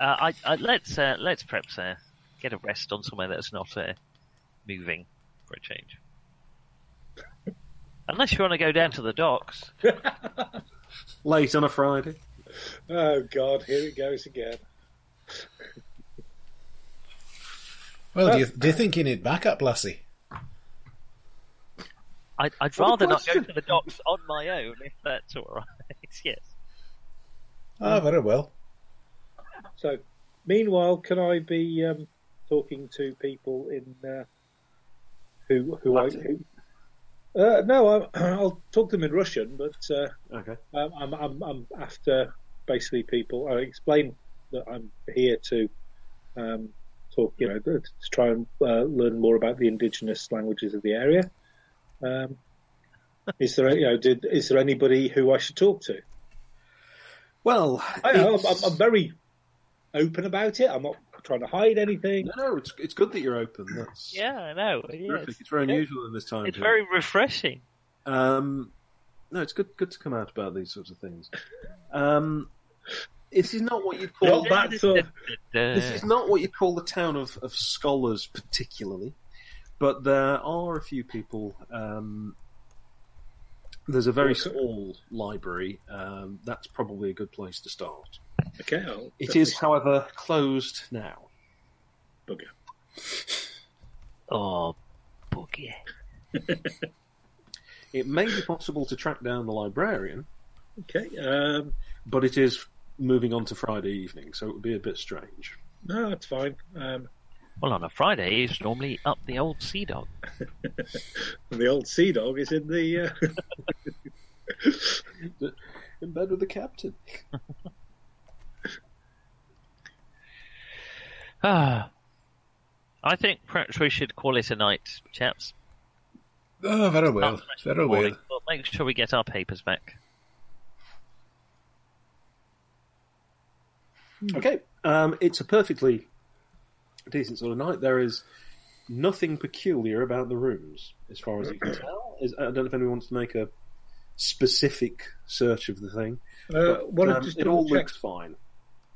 S5: uh, I, I, let's uh, let's perhaps uh, get a rest on somewhere that's not uh, moving for a change. Unless you want to go down to the docks.
S3: Late on a Friday.
S6: Oh God, here it goes again.
S8: well, do you, do you think you need backup, Lassie?
S5: I'd, I'd
S3: What a
S5: rather not go
S3: question.
S5: to the docks on my own if that's all right. yes.
S8: Ah, very well.
S6: Mm. So, meanwhile, can I be um, talking to people in uh, who who I? Who, uh, no, I, I'll talk to them in Russian, but uh,
S3: Okay.
S6: um, I'm, I'm I'm after basically people. I explain that I'm here to um, talk, you know, to try and uh, learn more about the indigenous languages of the area. Um, is there, you know, did is there anybody who I should talk to?
S3: Well,
S6: I don't know, I'm,
S3: it's-
S6: I'm, I'm very open about it. I'm not trying to hide anything.
S3: no, no, it's, it's good that you're open. That's
S5: Yeah, I know. it is.
S3: terrific. It's very unusual in this time.
S5: It's
S3: period.
S5: very refreshing.
S3: Um, no, it's good good to come out about these sorts of things. Um, this is not what you'd call
S6: Not that sort of-
S3: this is not what you call the town of, of scholars particularly, but there are a few people. Um, there's a very
S6: Okay.
S3: small library. Um, that's probably a good place to start.
S6: Okay, I'll
S3: It is, however, closed now.
S6: definitely-
S5: Oh, boogie.
S3: It may be possible to track down the librarian,
S6: Okay, um,
S3: but it is moving on to Friday evening, so it would be a bit strange.
S6: no, that's fine. Um,
S5: Well, on a Friday, it's normally up the old sea dog.
S6: the old sea dog is in the. Uh,
S3: In bed with the captain.
S5: Ah. I think perhaps we should call it a night, chaps.
S7: Oh, very well. Very well.
S5: Morning. Well, make sure we get our papers back.
S3: Okay, um, it's a perfectly decent sort of night. There is nothing peculiar about the rooms, as far as you can tell. Is, I don't know if anyone wants to make a specific search of the thing.
S6: uh,
S3: but,
S6: what I
S3: um,
S6: just
S3: it all
S6: double check
S3: looks fine.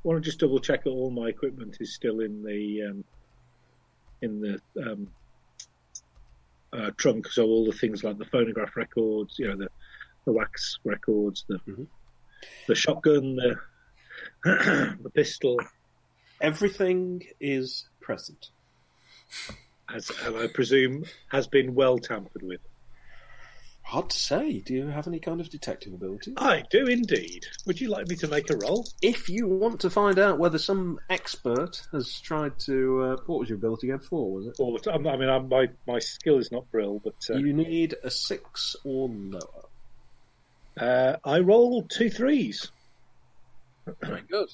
S6: want to just double check that all my equipment is still in the um, in the um, uh, trunk. So all the things like the phonograph records, you know, the the wax records, the
S3: Mhm.
S6: the shotgun, the the pistol,
S3: Everything is present.
S6: has, and I presume has been well tampered with.
S3: Hard to say. Do you have any kind of detective ability?
S6: I do indeed. Would you like me to make a roll?
S3: If you want to find out whether some expert has tried to, uh, what was your ability again? Four was it?
S6: Or I'm- I mean, I'm, my my skill is not brill, but uh,
S3: You need a six or lower.
S6: uh, I roll two threes.
S3: Very good.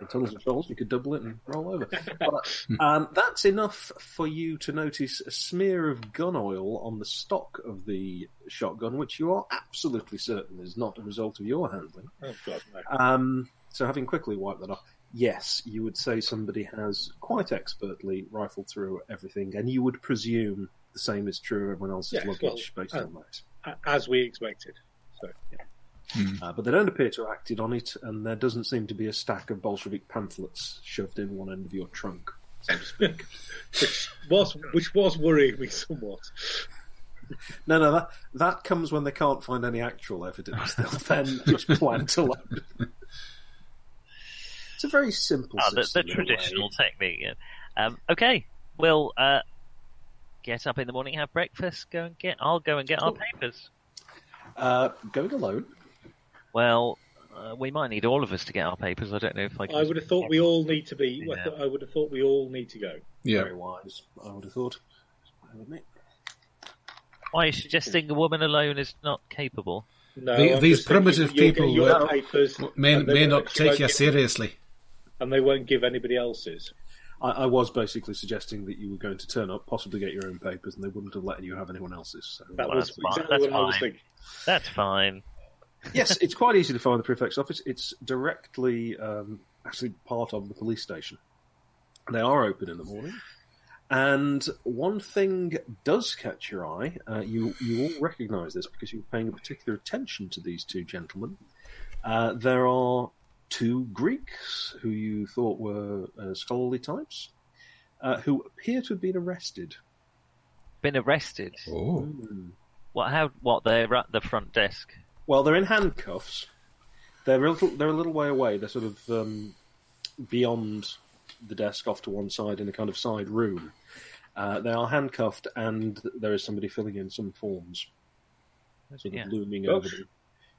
S3: In tunnels and trolls, you could double it and roll over. But, um, that's enough for you to notice a smear of gun oil on the stock of the shotgun, which you are absolutely certain is not a result of your handling.
S6: Oh God, no.
S3: Um, so, having quickly wiped that off, yes, you would say somebody has quite expertly rifled through everything, and you would presume the same is true of everyone else's
S6: Yes,
S3: luggage
S6: well,
S3: based
S6: uh,
S3: on that.
S6: A- as we expected.
S3: Uh, but they don't appear to have acted on it, and there doesn't seem to be a stack of Bolshevik pamphlets shoved in one end of your trunk, so to speak.
S6: was which was worrying me somewhat.
S3: no, no, that, that comes when they can't find any actual evidence. They'll then just plant a load. It's a very simple
S5: Ah, the, the
S3: system in a way.
S5: traditional technique. Yeah. Um, okay. will uh, get up in the morning, have breakfast, go and get. I'll go and get our papers.
S3: Uh, going alone.
S5: Well, uh, we might need all of us to get our papers. I don't know if I. Can
S6: I would have thought we all need to be. I th- I would have thought we all need to go.
S7: Yeah.
S3: Very wise, I would have thought. I admit.
S5: Why are you suggesting a woman alone is not capable?
S6: No,
S7: The-
S6: I'm
S7: these
S6: just thinking
S7: primitive
S6: you'll get
S7: people
S6: your
S7: will-
S6: papers
S7: May,
S6: and they
S7: may
S6: won't-
S7: not take you
S6: won't give-
S7: seriously.
S6: and they won't give anybody else's.
S3: I, I was basically suggesting that you were going to turn up, possibly get your own papers, and they wouldn't have let you have anyone else's. So.
S6: That
S5: Well,
S6: was
S5: that's fine.
S6: exactly
S5: That's
S6: what I was
S5: fine.
S6: thinking.
S5: That's fine.
S3: yes, it's quite easy to find the prefect's office. It's directly, um, actually, part of the police station. They are open in the morning. And one thing does catch your eye. Uh, you you all recognise this because you're paying particular attention to these two gentlemen. Uh, there are two Greeks who you thought were uh, scholarly types, uh, who appear to have been arrested.
S5: Been arrested.
S7: Oh.
S5: What? How? What? They're at the front desk.
S3: Well, they're in handcuffs. They're a little, they're a little way away. They're sort of um, beyond the desk, off to one side in a kind of side room. Uh, they are handcuffed, and there is somebody filling in some forms, sort of
S5: Yeah.
S3: looming
S6: Oh.
S3: over them.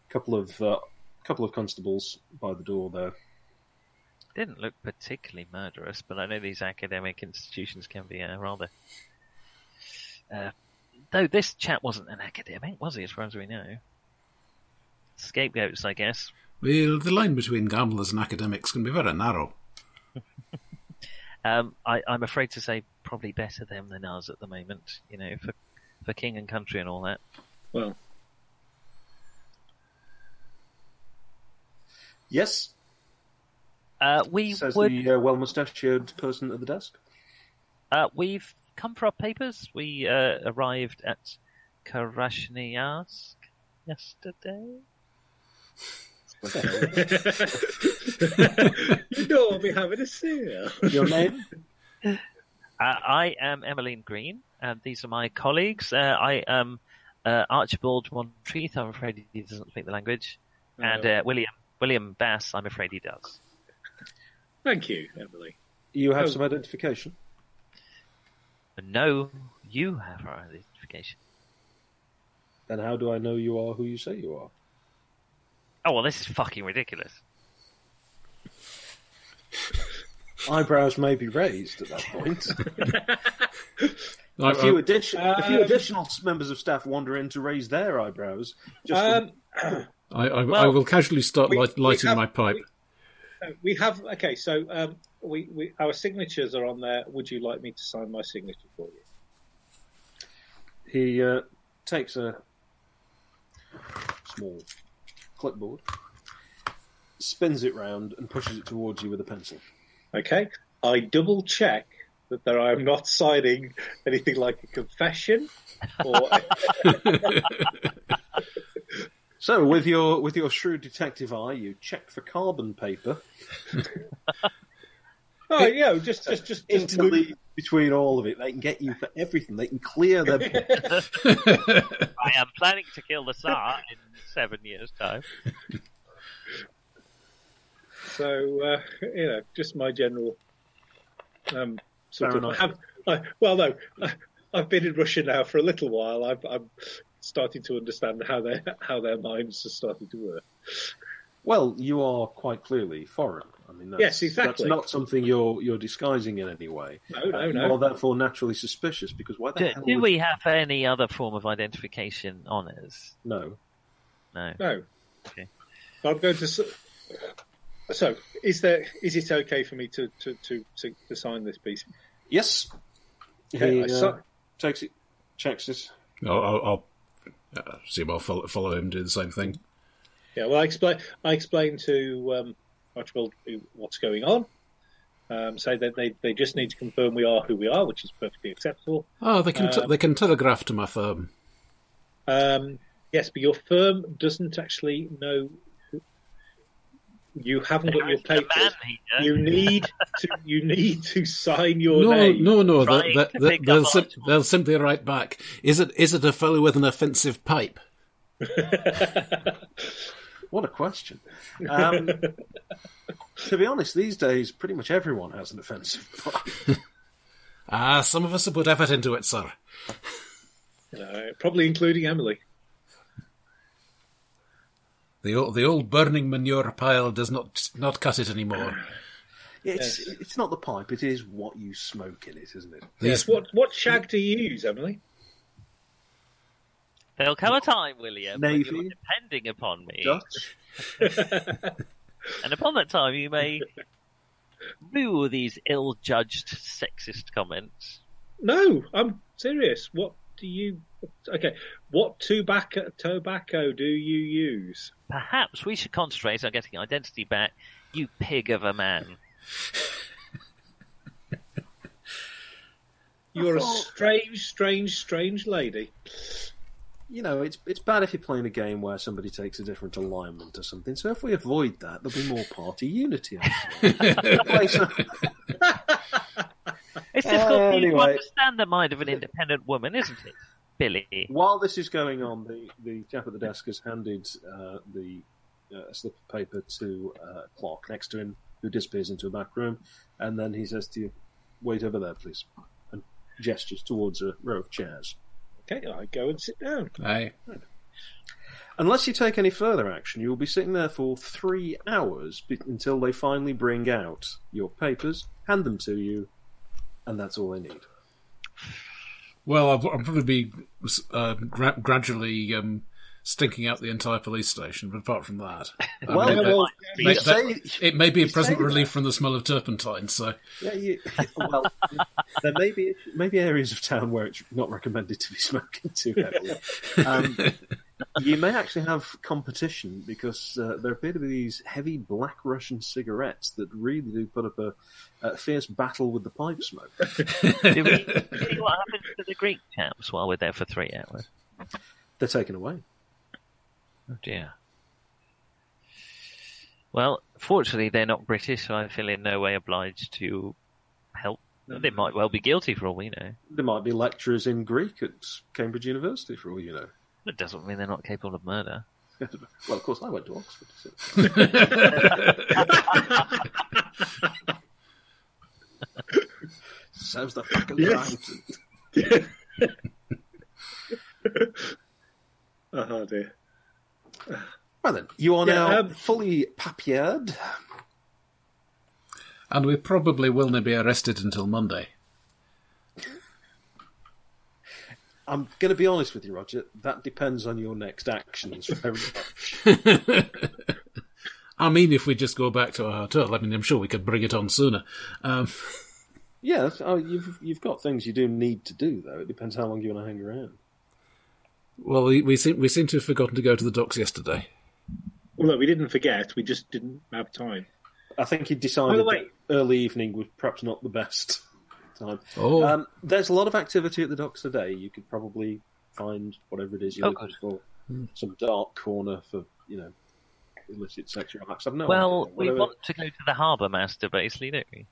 S3: Couple of uh, couple of constables by the door there.
S5: Didn't look particularly murderous, but I know these academic institutions can be uh, rather. Uh, though this chap wasn't an academic, was he? As far as we know. Scapegoats, I guess.
S7: Well, the line between gamblers and academics can be very narrow.
S5: Um, I, I'm afraid to say probably better them than us at the moment. You know, for for king and country and all that.
S6: Well,
S3: Yes,
S5: Uh, we
S3: says
S5: would.
S3: the uh, well mustachioed person at the desk.
S5: Uh, we've come for our papers. We uh, arrived at Karashniarsk yesterday.
S6: you know I'll be having a sale.
S3: Your name?
S5: Uh, I am Emmeline Green, and these are my colleagues. Uh, I am uh, Archibald Montreath. I'm afraid he doesn't speak the language, and uh, William William Bass. I'm afraid he does.
S6: Thank you, Emily.
S3: You have
S6: Oh.
S3: some identification.
S5: But no, you have our identification.
S3: Then how do I know you are who you say you are?
S5: Oh well, this is fucking ridiculous.
S3: Eyebrows may be raised at that point.
S7: I-
S3: A few,
S7: I-
S3: addition, a few
S6: Um,
S3: additional s- members of staff wander in to raise their eyebrows. Just for-
S6: Um,
S7: I, I, I
S5: Well,
S7: will casually start
S6: we-
S7: light,
S6: we
S7: lighting
S6: have-
S7: my pipe.
S6: we- Uh, we have okay. So um, we, we our signatures are on there. Would you like me to sign my signature for you?
S3: he uh, takes a small clipboard, spins it round, and pushes it towards you with a pencil.
S6: Okay. I double check that there I am not signing anything like a confession or
S3: So, with your with your shrewd detective eye, you check for carbon paper
S6: oh yeah, just just just, just move-
S3: interleaved between all of it. They can get you for everything. They can clear their.
S5: I am planning to kill the Tsar in seven years' time.
S6: So uh, you know, just my general um, sort
S3: Fair
S6: of. I
S3: enough.
S6: have, I, well, no, I, I've been in Russia now for a little while. I've, I'm starting to understand how their how their minds are starting to work.
S3: well, you are quite clearly foreign. I mean, that's,
S6: Yes, exactly.
S3: That's not something you're you're disguising in any way.
S6: No, no,
S3: you
S6: no.
S3: are therefore naturally suspicious because why the
S5: Do,
S3: hell
S5: do
S3: would
S5: we have any other form of identification on us?
S3: No.
S5: No.
S6: No.
S5: Okay.
S6: I'm going to. s- So, is there is it okay for me to to to, to, to sign this piece?
S3: Yes.
S6: Okay,
S3: he
S6: I
S3: uh,
S6: saw-
S3: takes it, checks it.
S7: I'll, I'll, I'll uh, see. I'll follow, follow him, do the same thing.
S6: Yeah. Well, I explain. I explained to um, Archibald who- what's going on. Um, so that they, they just need to confirm we are who we are, which is perfectly acceptable.
S4: Ah,
S7: Oh, they can
S3: Uh,
S7: t- they can telegraph to my firm.
S6: Um, yes, but your firm doesn't actually know. who- You haven't got
S5: There
S6: your
S5: isn't a man
S6: papers.
S5: here.
S6: You need to. You need to sign your
S7: No,
S6: name.
S7: no, no.
S5: Trying
S7: They,
S5: to
S7: they,
S5: pick
S7: they'll,
S5: up
S7: sim-
S5: on-
S7: they'll simply write back. Is it is it a fellow with an offensive pipe?
S3: What a question. Um, to be honest, these days, pretty much everyone has an offensive.
S4: Ah, some of us have put effort into it, sir.
S6: No, Uh, probably including Emily.
S4: The old, the old burning manure pile does not not cut it anymore.
S3: Yeah, it's it's not the pipe; it is what you smoke in it, isn't it?
S4: These-
S6: Yes. What what shag do you use, Emily?
S5: There'll come a time, William, when
S3: Navy.
S5: you're depending upon me,
S3: Dutch.
S5: and upon that time you may rue these ill-judged sexist comments.
S6: No, I'm serious. What do you? Okay, what tobacco tobacco do you use?
S5: Perhaps we should concentrate on getting identity back, you pig of a man.
S6: You're a strange, strange, strange lady.
S3: You know, it's it's bad if you're playing a game where somebody takes a different alignment or something. So if we avoid that, there'll be more party unity. actually. Play some-
S5: It's difficult for you to
S3: Anyway.
S5: understand the mind of an independent woman, isn't it, Billy?
S3: While this is going on, the, the chap at the desk has handed uh, the uh, slip of paper to uh, Clark next to him, who disappears into a back room, and then he says to you, "Wait over there, please," and gestures towards a row of chairs.
S6: Okay, I go and sit down.
S7: Aye.
S3: Unless you take any further action, you will be sitting there for three hours be- until they finally bring out your papers, hand them to you, and that's all they need.
S4: Well, I'll, I'll probably be uh, gra- gradually um, stinking out the entire police station. But apart from that, I
S3: Well,
S4: mean,
S3: yeah,
S4: that-
S3: well,
S4: that-
S3: you
S4: that-
S3: say-
S4: it may be a
S3: you
S4: present
S3: say
S4: relief
S3: that.
S4: from the smell of turpentine. So,
S3: Yeah, you, well, there may be maybe areas of town where it's not recommended to be smoking too heavily. Um, you may actually have competition because uh, there appear to be these heavy black Russian cigarettes that really do put up a, a fierce battle with the pipe smoke.
S5: Do we see what happens to the Greek chaps while we're there for three hours?
S3: They're taken away.
S5: Oh dear. Well, fortunately, they're not British, so I feel in no way obliged to help. They might well be guilty for all we know.
S3: There might be lecturers in Greek at Cambridge University, for all you know.
S5: That doesn't mean they're not capable of murder.
S3: Well, of course, I went to Oxford. so- Sounds the fucking
S6: Yes.
S3: right.
S6: Oh dear.
S3: Well then, you are
S6: Yeah,
S3: now
S6: um,
S3: fully papiered.
S7: And we probably will not be arrested until Monday.
S3: I'm going to be honest with you, Roger. That depends on your next actions. very much.
S4: I mean, if we just go back to our hotel, I mean, I'm sure we could bring it on sooner. Um,
S3: yeah, that's- oh, you've you've got things you do need to do, though. It depends how long you want to hang around.
S4: well, we, we seem we seem to have forgotten to go to the docks yesterday.
S6: Well, no, we didn't forget. We just didn't have time.
S3: I think he decided
S6: way-
S3: that early evening was perhaps not the best time.
S4: Oh.
S3: Um, there's a lot of activity at the docks today. You could probably find whatever it is you're
S5: Oh,
S3: looking for. Some dark corner for, you know, illicit sexual acts. I've no
S5: well,
S3: idea.
S5: we
S3: Whatever-
S5: want to go to the harbour master, basically, don't we?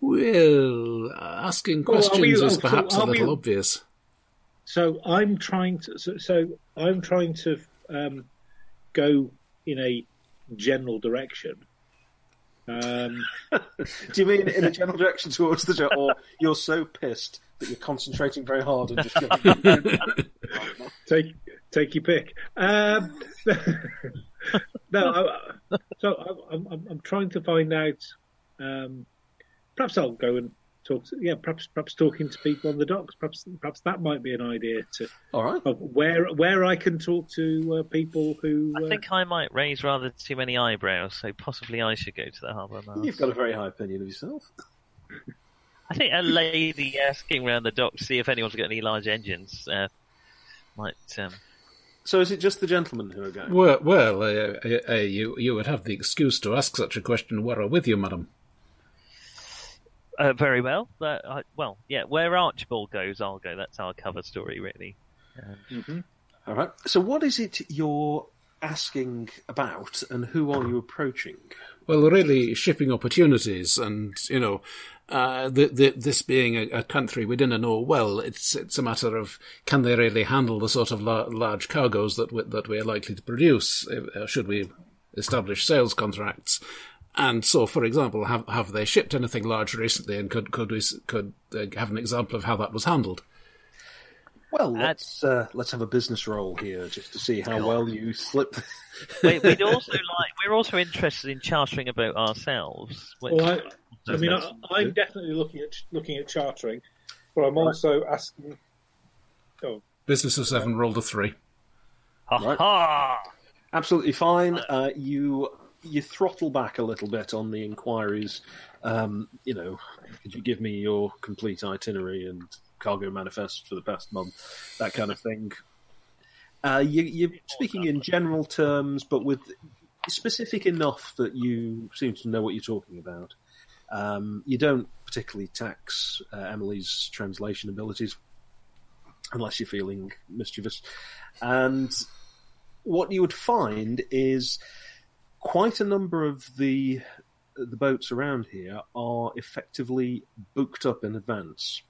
S4: Well, asking
S6: Well, are
S4: questions
S6: we-
S4: is
S6: so
S4: perhaps a
S6: are we-
S4: little obvious.
S6: So I'm trying to. So, so I'm trying to um, go in a general direction. Um,
S3: Do you mean in a general direction towards the door, or you're so pissed that you're concentrating very hard and just going,
S6: take take your pick. Um, no, I, so I, I'm, I'm I'm trying to find out. Um, perhaps I'll go and talk. To, yeah, perhaps perhaps talking to people on the docks. Perhaps perhaps that might be an idea to
S3: all right,
S6: of where where I can talk to uh, people who.
S5: I
S6: Uh,
S5: think I might raise rather too many eyebrows, so possibly I should go to the harbour master.
S3: you've got a very high opinion of yourself.
S5: I think a lady asking round the dock to see if anyone's got any large engines uh, might. Um...
S3: So is it just the gentlemen who are going?
S7: Well, well
S4: eh,
S7: uh, uh, uh, you, you would have the excuse to ask such a question were I with you, madam.
S5: Uh, very well. Uh, I, well, yeah, where Archibald goes, I'll go. That's our cover story, really.
S3: All right. So what is it you're asking about, and who are you approaching?
S4: Well, really, shipping opportunities, and you know, uh, th th this being a, a country we didn't know well, it's it's a matter of can they really handle the sort of la- large cargoes that we, that we are likely to produce? uh, should we establish sales contracts? and so, for example, have have they shipped anything large recently, and could could we, s- could uh, have an example of how that was handled?
S3: Well, let's uh, let's have a business roll here just to see how well you slip.
S5: we, we'd also like we're also interested in chartering a boat ourselves. Which,
S6: Well, I, I mean, I,
S5: that's-
S6: I'm definitely looking at looking at chartering, but I'm also asking. Oh,
S4: Business of seven rolled a three.
S5: Ha
S3: Right.
S5: ha!
S3: Absolutely fine. Uh, you you throttle back a little bit on the inquiries. Um, you know, could you give me your complete itinerary and cargo manifest for the past month? That kind of thing. Uh, you, you're speaking in general terms, but with specific enough that you seem to know what you're talking about. Um, you don't particularly tax uh, Emily's translation abilities unless you're feeling mischievous. And what you would find is quite a number of the the boats around here are effectively booked up in advance.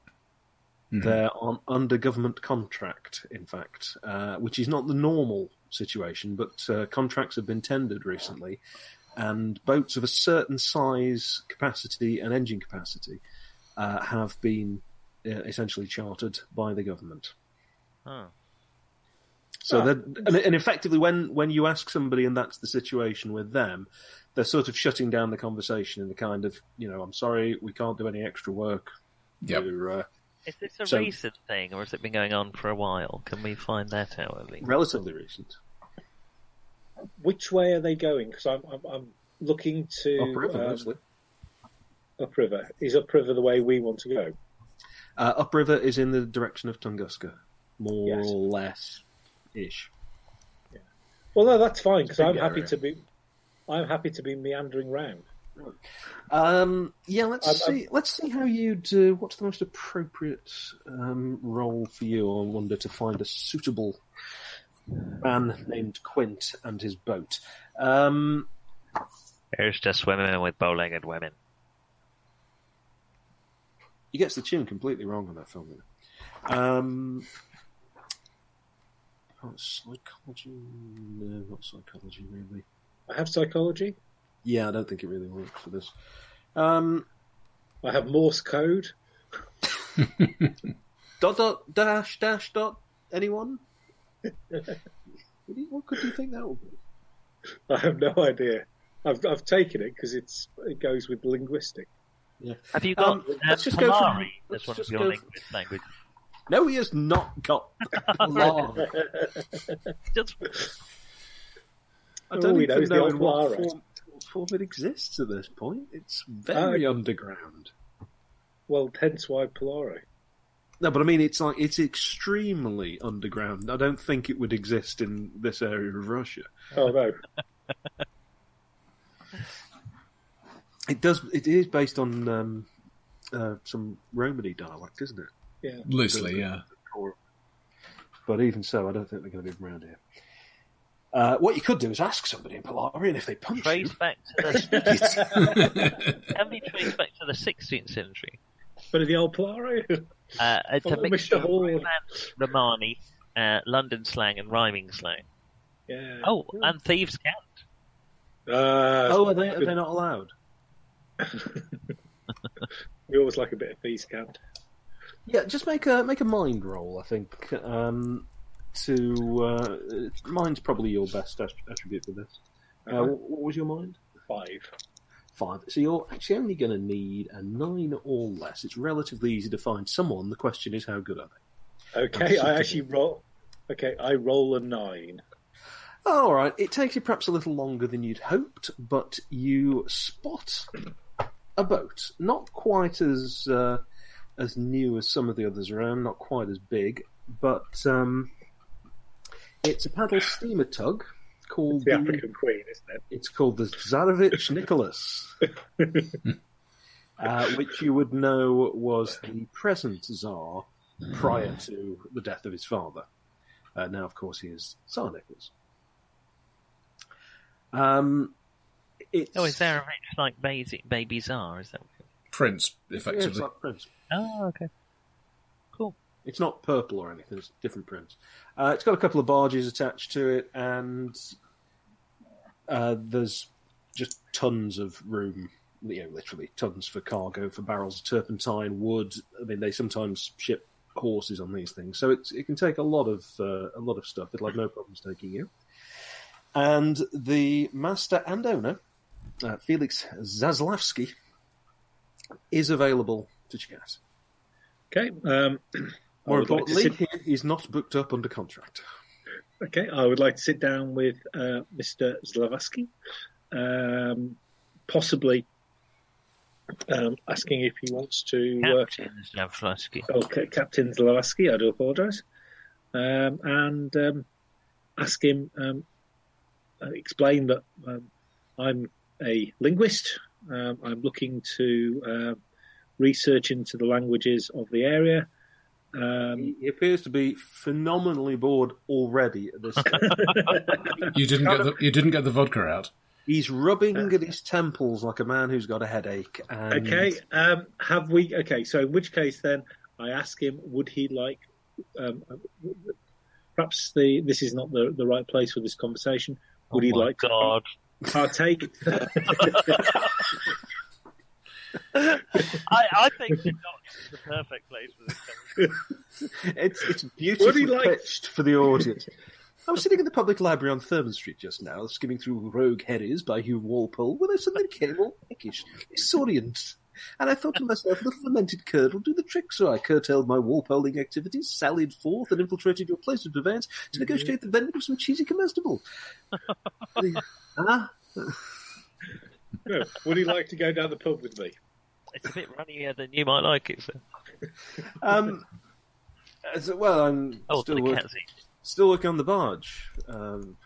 S3: They're on under government contract, in fact, uh, which is not the normal situation, but uh, contracts have been tendered recently, and boats of a certain size, capacity, and engine capacity uh, have been uh, essentially chartered by the government.
S5: Oh.
S6: Ah.
S3: So that and, and effectively, when when you ask somebody and that's the situation with them, they're sort of shutting down the conversation in the kind of you know, I'm sorry, we can't do any extra work.
S7: Yep.
S3: We're, uh,
S5: Is this a
S3: So-
S5: recent thing, or has it been going on for a while? Can we find that out at least?
S3: relatively recent.
S6: which way are they going? Because I'm, I'm I'm looking to
S3: upriver,
S6: um,
S3: mostly.
S6: upriver. Is upriver the way we want to go?
S3: Uh, upriver is in the direction of Tunguska, more
S6: Yes.
S3: or less, ish.
S6: Well, no, that's fine because
S3: big
S6: I'm happy
S3: area.
S6: to be. I'm happy to be meandering round.
S3: Um, yeah, let's
S6: I'm-
S3: see. let's see how you do. What's the most appropriate um, role for you? I wonder to find a suitable man named Quint and his boat. Um,
S5: Here's just women with bow-legged women.
S3: He gets the tune completely wrong on that film. you know. Um, oh, psychology? No, not psychology, really.
S6: I have psychology.
S3: Yeah, I don't think it really works for this. Um,
S6: I have Morse code.
S3: dot dot dash dash dot. Anyone? what, do you, what could you think that would be?
S6: I have no idea. I've I've taken it because it's it goes with linguistic.
S5: Have you got
S3: Um,
S5: um,
S3: let's just go
S5: Polari
S3: for- let's
S5: as one of
S3: just
S5: your
S3: go-
S5: linguist language?
S3: No, he has not got. Polari.
S5: Just
S3: I
S6: All
S3: don't
S6: we know
S3: even
S6: is the
S3: know in what
S6: Polari.
S3: form, what form it exists at this point. It's very underground.
S6: Well, hence why Polaro.
S3: No, but I mean, it's like it's extremely underground. I don't think it would exist in this area of Russia.
S6: Oh no.
S3: It does. It is based on um, uh, some Romany dialect, isn't it?
S7: Loosely, yeah.
S3: Or- But even so, I don't think they're going to be around here. Uh, what you could do is ask somebody in Polari, and if they punch
S5: trace
S3: you,
S5: back to the can be traced back to the 16th century.
S6: But the old Polaro.
S5: Uh, it's a
S6: Follow Mr.
S5: mixture of
S6: Hall.
S5: Romance, Romani, uh, London slang, and rhyming slang.
S6: yeah.
S5: Oh, and thieves count.
S6: Uh,
S3: oh, are they, are they not allowed?
S6: We always like a bit of thieves cant.
S3: Yeah, just make a make a mind roll. I think um, to uh, it's- mind's probably your best att- attribute for this. Uh,
S6: Uh-huh.
S3: what was your mind?
S6: Five.
S3: five. So you're actually only going to need a nine or less. It's relatively easy to find someone. The question is, how good are they?
S6: Okay, I actually roll. Okay, I roll a nine.
S3: All right. It takes you perhaps a little longer than you'd hoped, but you spot a boat, not quite as uh, as new as some of the others around, not quite as big, but um, it's a paddle steamer tug called
S6: The African Queen, isn't it?
S3: It's called the Tsarevich Nicholas, uh, which you would know was the present Tsar prior to the death of his father. Uh, now, of course, he is Tsar Nicholas. Um, it's,
S5: Oh, is there a rich like baby, baby czar? Is that?
S7: Prince,
S3: Yeah, it's
S7: effectively.
S3: like Prince.
S5: Oh, okay. Cool.
S3: It's not purple or anything. It's a different print. Uh, it's got a couple of barges attached to it, and uh, there's just tons of room, you know, literally tons for cargo, for barrels of turpentine, wood. I mean, they sometimes ship horses on these things, so it's, it can take a lot of uh, a lot of stuff. It'll have no problems taking you. And the master and owner, uh, Felix Zaslavsky, is available to check out.
S6: Okay. Um, I
S3: More
S6: would like to
S3: importantly,
S6: sit-
S3: he is not booked up under contract.
S6: Okay, I would like to sit down with uh, Mr. Zlavaski, um, possibly um, asking if he wants to. Uh,
S5: Captain Zlavsky.
S6: okay, Oh, Captain Zlavaski, I do apologise, um, and um, ask him, um, uh, explain that um, I'm a linguist. Um, I'm looking to uh, research into the languages of the area. Um,
S3: He he appears to be phenomenally bored already at this stage.
S7: You didn't get the you didn't get the vodka out.
S3: He's rubbing at his temples like a man who's got a headache. And
S6: Okay. Um, have we? Okay. So in which case, then I ask him, would he like? Um, perhaps the this is not the the right place for this conversation. Would he
S5: oh my
S6: like
S5: God.
S6: to partake?
S5: I, I think the doctor's the perfect place for this conversation.
S3: It's, it's beautifully
S6: like-
S3: pitched for the audience. I was sitting in the public library on Thurman Street just now, skimming through Rogue Herries by Hugh Walpole, when I suddenly became all peckish, disorient. And I thought to myself, a little fermented curd will do the trick, so I curtailed my Walpoling activities, sallied forth, and infiltrated your place of purveyance
S6: Mm-hmm.
S3: to negotiate the vendor of some cheesy comestible. ah,
S6: No. Would he like to go down the pub with me?
S5: It's a bit runnier than you might like it. So.
S3: um, uh, so- well, I'm
S5: Oh,
S3: still,
S5: the
S3: work,
S5: cat's eating.
S3: still working on the barge. Um,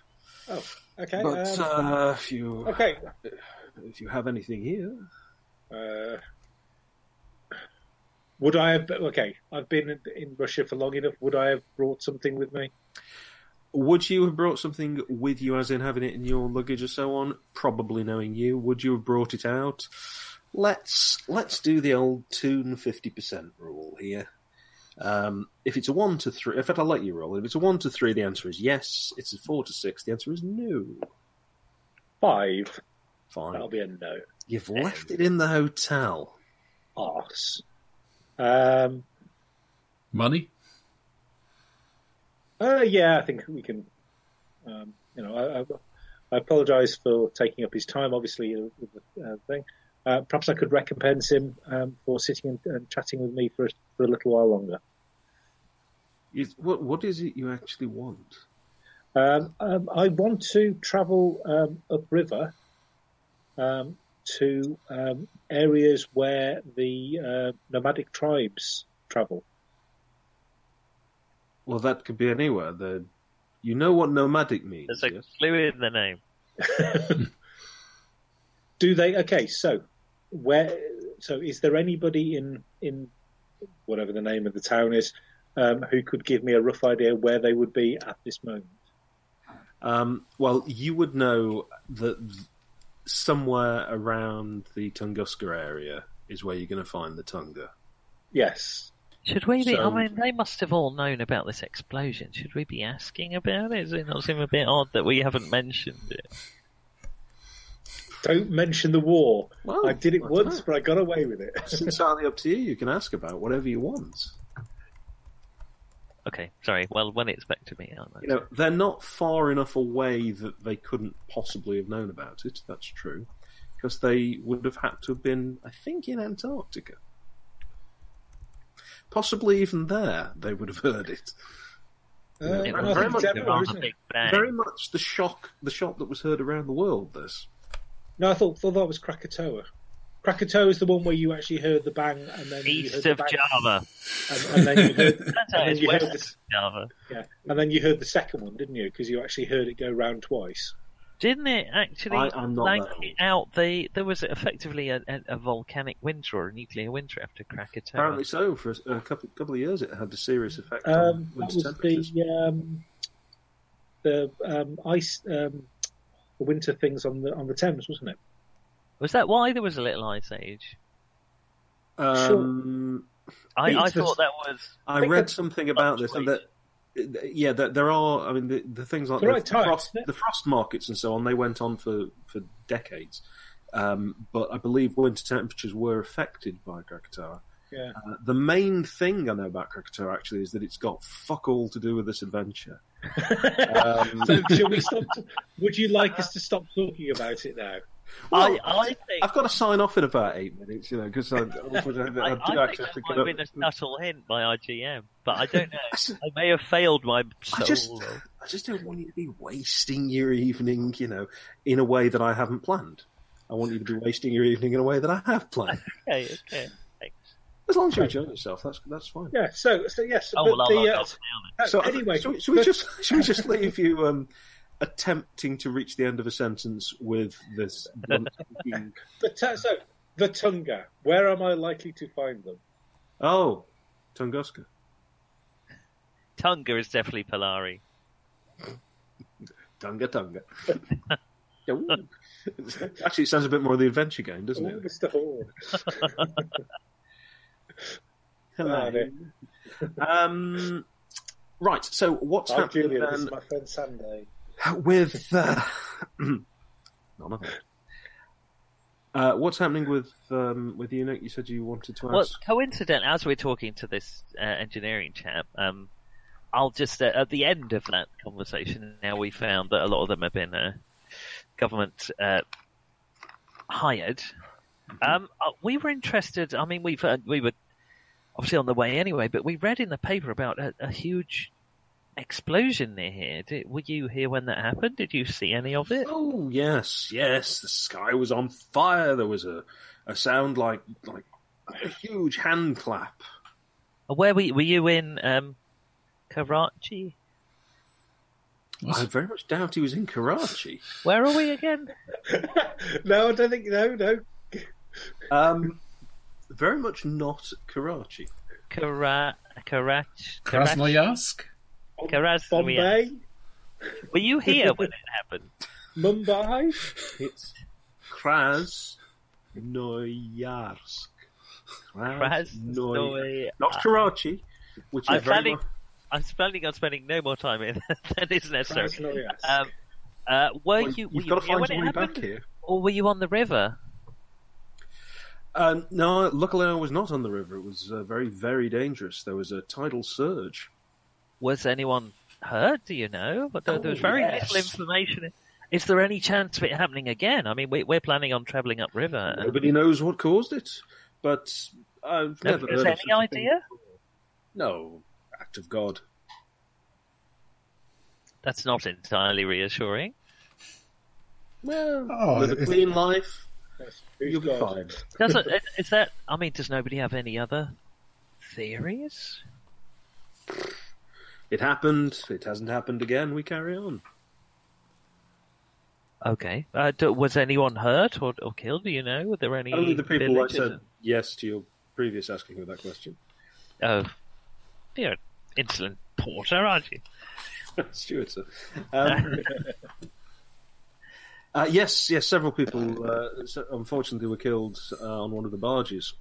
S6: Oh, okay.
S3: but
S6: um,
S3: uh, if you
S6: okay.
S3: if you have anything here,
S6: Uh, would I have? Okay, I've been in, in Russia for long enough. Would I have brought something with me?
S3: Would you have brought something with you, as in having it in your luggage or so on? Probably, knowing you, would you have brought it out? Let's let's do the old tune fifty percent rule here. Um, if it's a one to three, in fact, I'll let you roll. If it's a one to three, the answer is yes. If It's a four to six, the answer is no.
S6: Five.
S3: Fine.
S6: That'll be a no.
S3: You've left it in the hotel.
S6: Arse. Um,
S7: Money?
S6: Uh, yeah, I think we can. Um, you know, I, I, I apologise for taking up his time. Obviously, uh, with the uh, thing. Uh, perhaps I could recompense him um, for sitting and, and chatting with me for for a little while longer.
S3: You, what what is it you actually want?
S6: Um, um, I want to travel um, upriver um, to um, areas where the uh, nomadic tribes travel.
S3: Well, that could be anywhere. The, you know what nomadic means.
S5: There's a
S3: yes?
S5: clue in the name.
S6: Do they? Okay, so where? So is there anybody in in whatever the name of the town is um, who could give me a rough idea where they would be at this moment?
S3: Um, well, you would know that th- somewhere around the Tunguska area is where you're going to find the Tunga.
S6: Yes.
S5: Should we be?
S6: So-
S5: I mean, they must have all known about this explosion. Should we be asking about it? Does it not seem a bit odd that we haven't mentioned it?
S6: Don't mention the war.
S3: Well,
S6: I did it
S3: why
S6: once,
S3: not?
S6: but I got away with it.
S3: It's entirely up to you. You can ask about whatever you want.
S5: Okay, sorry. Well, when it's back to me, aren't
S3: You know, they're not far enough away that they couldn't possibly have known about it. That's true. Because they would have had to have been, I think, in Antarctica. Possibly even there, they would have heard it.
S6: Uh,
S5: It
S6: I
S5: was
S6: think it's
S5: after
S6: everywhere, isn't
S5: Big
S6: it?
S5: Bang.
S3: Very much the shock, the shock that was heard around the world. This,
S6: No, I thought thought that was Krakatoa. Krakatoa is the one where you actually heard the bang, and then you heard
S5: East
S6: the
S5: of
S6: bang,
S5: Java.
S6: and, and then you heard,
S5: That's
S6: And
S5: how
S6: then
S5: it's
S6: you
S5: west
S6: heard
S5: of
S6: this-
S5: Java.
S6: yeah, and then you heard the second one, didn't you? Because you actually heard it go round twice.
S5: Didn't it actually
S3: I- I'm not
S5: blank
S3: that old.
S5: out the there was effectively a, a, a volcanic winter or a nuclear winter after Krakatoa?
S3: Apparently so. For a couple couple of years, it had a serious effect
S6: Um,
S3: on
S6: that
S3: Oh, winter
S6: was
S3: temperatures.
S6: the um, the um, ice, um, the winter things on the on the Thames, wasn't it?
S5: Was that why there was a little ice age?
S3: Um,
S5: I,
S6: It
S5: I
S6: was-
S5: thought that was
S3: I
S6: think
S3: read
S6: that's
S3: something about this, and that yeah, there, there are. I mean, the, the things like
S6: The right time,
S3: frost,
S6: isn't it?
S3: the frost markets and so on, they went on for for decades. Um, but I believe winter temperatures were affected by Krakatoa.
S6: Yeah.
S3: Uh, the main thing I know about Krakatoa actually is that it's got fuck all to do with this adventure. um,
S6: So shall we stop? would you like us to stop talking about it now?
S3: well,
S5: I, I think
S3: I've got to sign off in about eight minutes, you know, because I, I, do
S5: I, I
S3: actually have to get
S5: think that might
S3: up.
S5: have been a subtle hint by IGM, but I don't know. I may have failed my
S3: I
S5: soul.
S3: just, I just don't want you to be wasting your evening, you know, in a way that I haven't planned. I want you to be wasting your evening in a way that I have planned.
S5: Okay, okay. thanks.
S3: As long as you're enjoying yourself, that's that's fine.
S6: Yeah. So, so yes.
S5: Oh,
S6: but
S5: well, I'll,
S6: the,
S5: I'll,
S6: uh,
S5: I'll stay on it.
S6: uh,
S3: So
S6: anyway,
S3: should we, should we
S6: but-
S3: just should we just leave you um, attempting to reach the end of a sentence with this? blunt thinking?
S6: the ta- so the Tunga. Where am I likely to find them?
S3: oh, Tunguska.
S5: Tunga is definitely Polari.
S3: Tunga Tunga. Ooh. Actually, it sounds a bit more of the adventure game, doesn't
S6: Oh,
S3: it?
S6: Mr. Hall. Oh, dear.
S3: Um, right. So what's
S6: I'm
S3: happening
S6: Julian. This
S3: then
S6: is my friend Sunday.
S3: with uh, none of it. Uh, what's happening with um, with you, Nick? You said you wanted to ask.
S5: Well, coincident, as we're talking to this uh, engineering chap, um, I'll just, uh, at the end of that conversation, now we found that a lot of them have been uh, government uh, hired. Um, uh, we were interested, I mean, we've, uh, we were obviously on the way anyway, but we read in the paper about a, a huge explosion near here. Did, were you here when that happened? Did you see any of it?
S3: Oh yes, yes. The sky was on fire. There was a, a sound like like a huge hand clap.
S5: Where were you, were you in um, Karachi?
S3: I very much doubt he was in Karachi.
S5: Where are we again?
S6: No, I don't think. No, no.
S3: Um, very much not Karachi.
S5: Kara- Karach- Karach-
S7: Krasnoyarsk?
S5: Karaz-
S6: Bombay,
S5: Were you here when it happened?
S6: Mumbai.
S3: It's Krasnoyarsk. Krasnoy-
S5: Krasnoy-
S3: Not Karachi, which is
S5: I'm
S3: very
S5: planning,
S3: much-
S5: I'm planning on spending no more time in than is necessary.
S6: Krasnoyarsk.
S5: Um, uh, were
S3: well,
S5: you? Were
S3: You've
S5: you
S3: got to
S5: here
S3: find
S5: when it
S3: your way back
S5: happened?
S3: here.
S5: or were you on the river?
S3: Um, no, luckily I was not on the river. It was uh, very, very dangerous. There was a tidal surge.
S5: Was anyone hurt? Do you know? But there, there
S3: Oh,
S5: was very little information. Is there any chance of it happening again? I mean, we, we're planning on travelling up river.
S3: Nobody knows what caused it, but I've never
S5: Nobody has
S3: heard of
S5: any
S3: such a thing.
S5: idea?
S3: No, act of God.
S5: That's not entirely reassuring.
S3: Well,
S7: Oh,
S3: with a
S7: it-
S3: clean life,
S6: Yes, who's
S3: you'll be
S6: God?
S3: fine.
S5: Doesn't is that? I mean, does nobody have any other theories?
S3: It happened. It hasn't happened again. We carry on.
S5: Okay. Uh, do, was anyone hurt or, or killed? Do you know? Were there any?
S3: Only the people that
S5: villages?
S3: said yes to your previous asking of that question.
S5: Oh, you're an insolent porter, aren't you?
S3: Stuart, sir. Um, uh, yes, yes. Several people, uh, so- unfortunately, were killed uh, on one of the barges.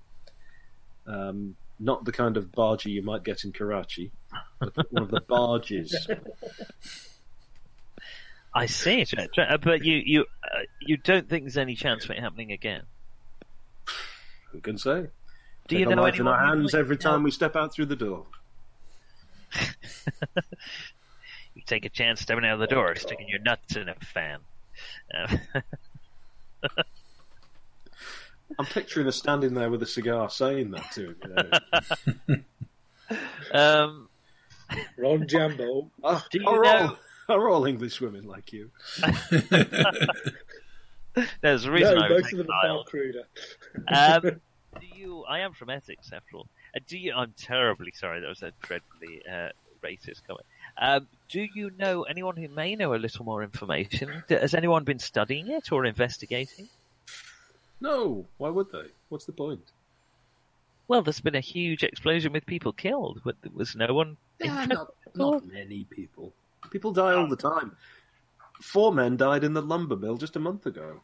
S3: Um, not the kind of barge you might get in Karachi, but one of the barges.
S5: I see. Tr- tr- uh, But you, you, uh, you don't think there's any chance of it happening again?
S3: Who can say?
S5: Do
S3: Take
S5: you
S3: our
S5: know
S3: life in
S5: anyone?
S3: our
S5: who
S3: hands
S5: might
S3: every
S5: know-
S3: time we step out through the door.
S5: You take a chance stepping out of the door, sticking your nuts in a fan. Uh,
S3: I'm picturing us standing there with a cigar saying that to uh, him. You know.
S5: um,
S6: Ron Jambo.
S3: Ah,
S5: Do you
S3: are,
S5: know-
S3: all, are all English women like you?
S5: there's a
S6: No,
S5: reason I was
S6: most of them are far
S5: exiled.
S6: cruder.
S5: Um, do you? I am from Essex, after all. Uh, do you? I'm terribly sorry. That was a dreadfully uh, racist comment. Um, do you know anyone who may know a little more information? D- Has anyone been studying it or investigating?
S3: No, why would they? What's the point?
S5: Well, there's been a huge explosion with people killed, but there was no one.
S3: Yeah, not, not many people. People die all the time. Four men died in the lumber mill just a month ago.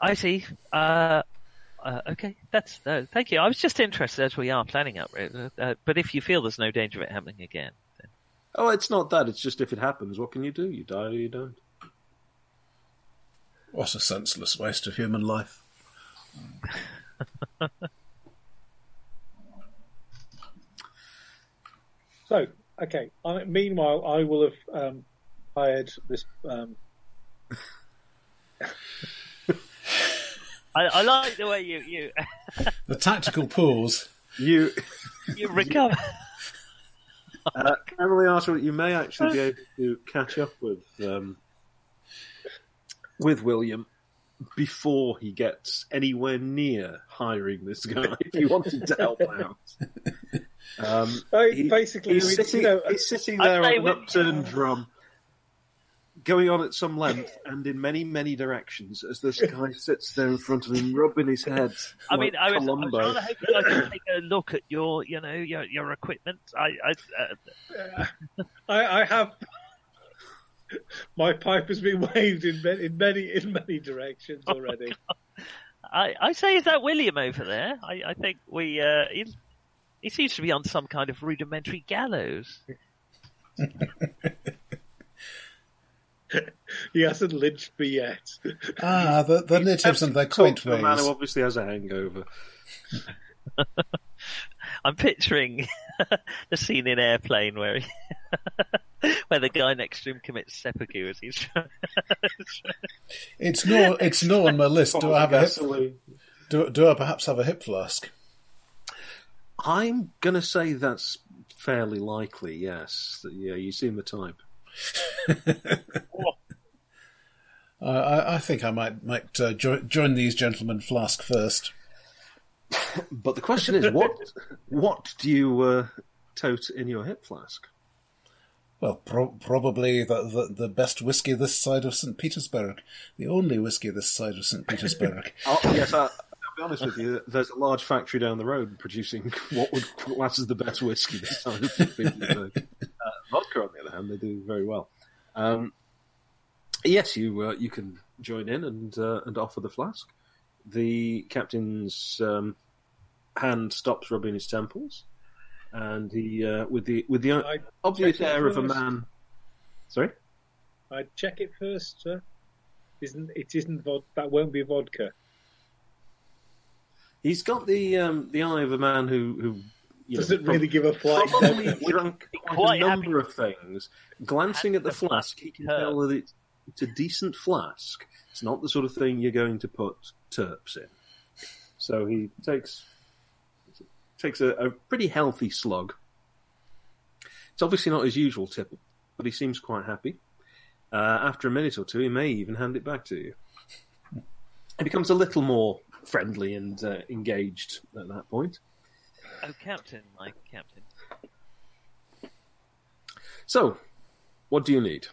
S5: I see. Uh, Uh, okay, that's uh, thank you. I was just interested as we are planning up, uh, but if you feel there's no danger of it happening again, then
S3: Oh, it's not that. It's just if it happens, what can you do? You die or you don't.
S7: What a senseless waste of human life.
S6: So, okay. I, meanwhile, I will have um, hired this. Um,
S5: I, I like the way you you
S7: The tactical pause.
S3: You,
S5: you recover.
S3: uh, Emily Arthur, you may actually be able to catch up with um, with William before he gets anywhere near hiring this guy. If you wanted to help out, um,
S6: ba-
S3: he-
S6: uh, basically,
S3: he's
S6: we-
S3: sitting,
S6: you know, uh,
S3: he's sitting
S5: I'd
S3: there on
S5: say
S3: an
S5: when-
S3: upturned drum, going on at some length and in many, many directions as this guy sits there in front of him, rubbing his head.
S5: I mean,
S3: like
S5: I was, I was
S3: Columbo.
S5: trying to hope that I could take a look at your, you know, your your equipment. I, I uh,
S6: I, I have my pipe has been waved in many, in many, in many directions already.
S5: I, I say, is that William over there? I, I think we. Uh, he, he seems to be on some kind of rudimentary gallows.
S6: he hasn't lynched me yet.
S7: Ah, the, the natives and their quaint
S3: The man who
S7: ways.
S3: obviously has a hangover.
S5: I'm picturing the scene in Airplane where he, where the guy next to him commits seppuku as he's trying.
S7: It's no, it's no on my list.
S6: Oh,
S7: Do I have a hip, do, do I perhaps have a hip flask?
S3: I'm going to say that's fairly likely, yes. Yeah, you seem the type.
S7: I, I, I think I might might uh, jo- join these gentlemen flask first.
S3: But the question is, what what do you uh, tote in your hip flask?
S7: Well, pro- probably the, the the best whiskey this side of St. Petersburg, the only whiskey this side of St. Petersburg.
S3: Oh, yes, I, I'll be honest with you. There's a large factory down the road producing what would class as the best whiskey this time. of Petersburg. uh, vodka, on the other hand, they do very well. Um, yes, you uh, you can join in and uh, and offer the flask. The captain's um, hand stops rubbing his temples, and he uh, with the with the
S6: I
S3: obvious
S6: check it
S3: air of a
S6: first.
S3: man. Sorry.
S6: I check it first, sir. Isn't it? Isn't vod- that won't be vodka?
S3: He's got the um, the eye of a man who who you know,
S6: Doesn't
S3: from-
S6: really give a flying.
S3: probably drunk
S5: quite
S3: quite a number of things. Glancing at the flask, he can
S5: Turp.
S3: tell that it's, it's a decent flask. It's not the sort of thing you're going to put terps in. So he takes takes a, a pretty healthy slug. It's obviously not his usual tipple, but he seems quite happy. Uh, after a minute or two, he may even hand it back to you. He becomes a little more friendly and uh, engaged at that point.
S5: Oh, Captain, my Captain.
S3: So, what do you need?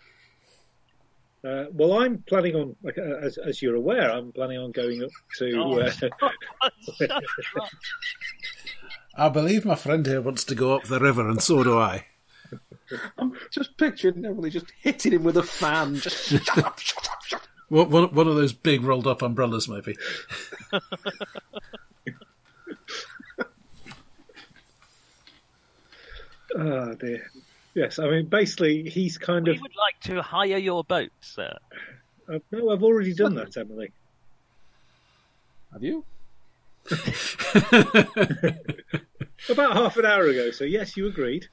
S6: Uh, well, I'm planning on, like, uh, as, as you're aware, I'm planning on going up
S5: Oh.
S6: to. Uh,
S7: I believe my friend here wants to go up the river, and so do I.
S3: I'm just picturing Emily just hitting him with a fan. Just shut up, shut up, shut up.
S7: One, one one of those big rolled up umbrellas, maybe.
S6: oh dear. Yes, I mean basically he's kind
S5: we
S6: of.
S5: would like to hire your boat, sir.
S6: Uh, no, I've already done that, Emily.
S3: Have you?
S6: About half an hour ago. So yes, you agreed.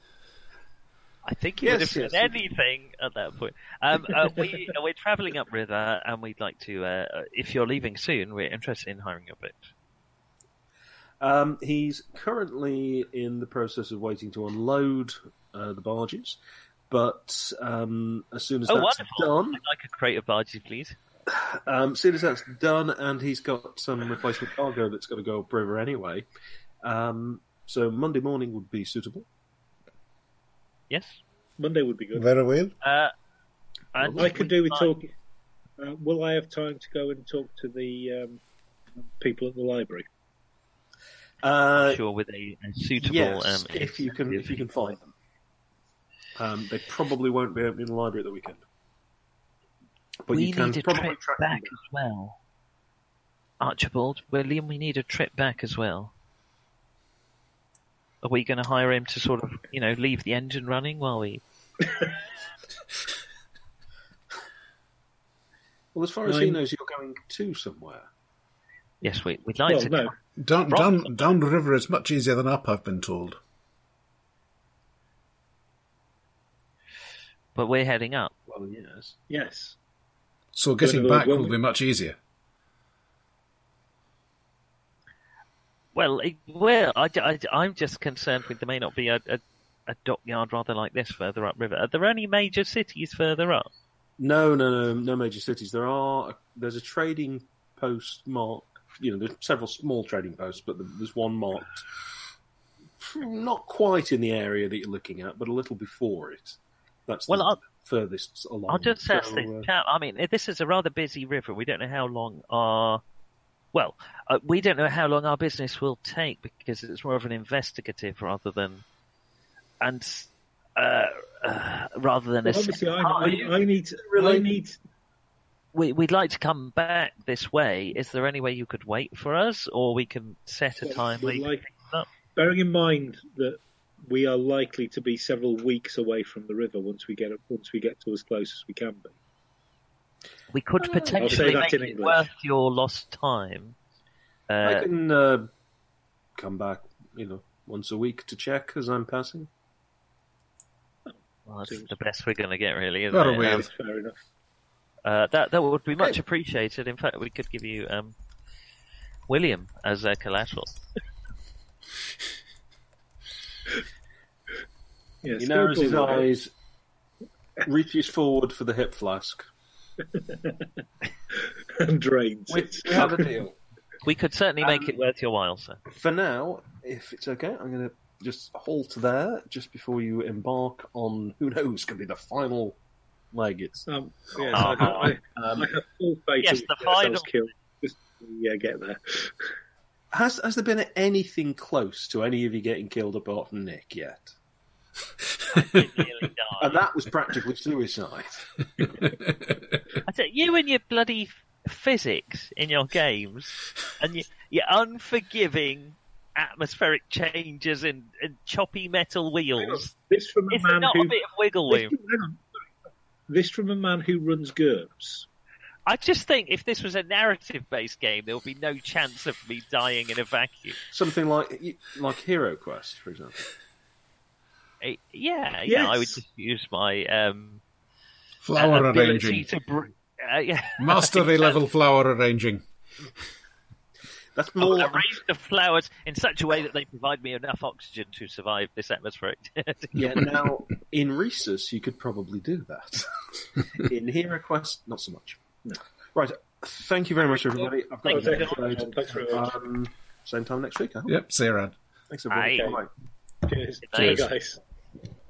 S5: I think you
S3: Yes,
S5: would
S3: yes.
S5: have said anything at that point. Um, uh, we, uh, we're travelling upriver, and we'd like to. Uh, uh, if you're leaving soon, we're interested in hiring your boat.
S3: Um, he's currently in the process of waiting to unload uh, the barges, but um, as soon as
S5: oh,
S3: that's
S5: wonderful!
S3: done,
S5: I'd like a crate of barges, please.
S3: um, as soon as that's done, and he's got some replacement cargo that's got to go up river anyway. Um, so Monday morning would be suitable.
S5: Yes.
S6: Monday would be good.
S8: Very well.
S5: Uh, and
S6: I could
S5: we'd
S6: do with
S5: like-
S6: talking. Uh, will I have time to go and talk to the um, people at the library?
S3: Uh,
S5: sure with a, a suitable.
S3: yes,
S5: um,
S3: if you can, if you can find them. Um, they probably won't be open in the library at the weekend. But
S5: we
S3: you can
S5: need a
S3: probably
S5: trip
S3: track them
S5: back as well. Archibald, William, we need a trip back as well. Are we going to hire him to sort of, you know, leave the engine running while we?
S3: Well, as far as he
S6: Nine.
S3: knows, you're going to somewhere.
S5: Yes, we, we'd like
S6: Well,
S5: to.
S6: no.
S8: Down,
S5: Rock-
S8: down, down the river is much easier than up, I've been told.
S5: But we're heading up.
S3: Well, yes.
S6: Yes.
S8: So getting
S6: Well,
S8: back
S6: well-
S8: will be much easier.
S5: Well, it will. I, am just concerned with there may not be a, a, a dockyard rather like this further upriver. Are there any major cities further up?
S3: No, no, no, no major cities. There are there's a trading post mark. You know, there's several small trading posts, but there's one marked not quite in the area that you're looking at, but a little before it. That's
S5: Well,
S3: the
S5: I'll-
S3: furthest along.
S5: I'll just
S6: Mm,
S5: ask
S3: So,
S5: this
S3: uh,
S5: chap. I mean, this is a rather busy river. We don't know how long our. Well, uh, we don't know how long our business will take because it's more of an investigative rather than. And. s- Uh, uh, rather than a
S6: Well, obviously, I,
S5: Are Oh, you-
S6: I, I need. I
S3: related?
S6: need.
S5: we, we'd like to come back this way. Is there any way you could wait for us, or we can set a time?
S6: We're
S5: we-
S6: like,
S5: up.
S6: bearing in mind that we are likely to be several weeks away from the river once we get once we get to as close as we can be.
S5: We could potentially
S6: that
S5: make
S6: in
S5: it
S6: English.
S5: worth your lost time.
S3: I
S5: Uh,
S3: can uh, come back, you know, once a week to check as I'm passing.
S5: well, that's the best we're going to get, really, isn't
S8: That'll
S5: it?
S8: be
S5: Um,
S8: it.
S6: Fair enough.
S5: uh, that that would be much appreciated. In fact, we could give you um, William as a collateral.
S6: Yes,
S3: He narrows his
S6: Google, right?
S3: eyes, reaches forward for the hip flask.
S6: and drains.
S3: We,
S6: it.
S3: we have a deal.
S5: We could certainly
S6: Um,
S5: make it worth your while, sir.
S3: for now, if it's okay, I'm going to just halt there just before you embark on who knows could be the final leg. It's
S6: Um, yes,
S5: Oh,
S6: I, have, I,
S3: um,
S6: I have full faith
S5: Yes,
S6: in
S5: the
S6: yes, I
S5: final-
S6: was killed. Just, yeah, get there.
S3: has has there been anything close to any of you getting killed apart from Nick yet?
S5: Really
S3: And
S5: darn.
S3: that was practically suicide.
S5: I tell you and your bloody physics in your games, and your, your unforgiving atmospheric changes and, and choppy metal wheels.
S6: This from a
S5: Is there
S6: man
S5: not
S6: who.
S5: a bit of wiggle
S6: this,
S5: room?
S6: from- hang on, sorry. this from a man who runs GURPS.
S5: I just think if this was a narrative-based game, there would be no chance of me dying in a vacuum.
S3: Something like like Hero Quest, for example.
S5: Eh, yeah, yeah,
S6: Yes.
S5: I would just use my um,
S8: Flower
S5: ability
S8: arranging.
S5: to br- uh, yeah.
S8: Mastery level flower arranging.
S3: That's
S6: Oh,
S5: I will
S3: more.
S5: arrange the flowers in such a way that they provide me enough oxygen to survive this atmospheric.
S3: Yeah. Now in Rhesus, you could probably do that. in Hero Quest, not so much. Right. Thank you very much, everybody. I've got
S6: Thank
S3: to
S6: you.
S3: go.
S6: Thanks very much.
S3: Um, same time next week. I hope.
S8: Yep, Sarah.
S3: Thanks everybody.
S5: Aye.
S3: Bye.
S6: Cheers.
S5: Cheers.
S6: guys.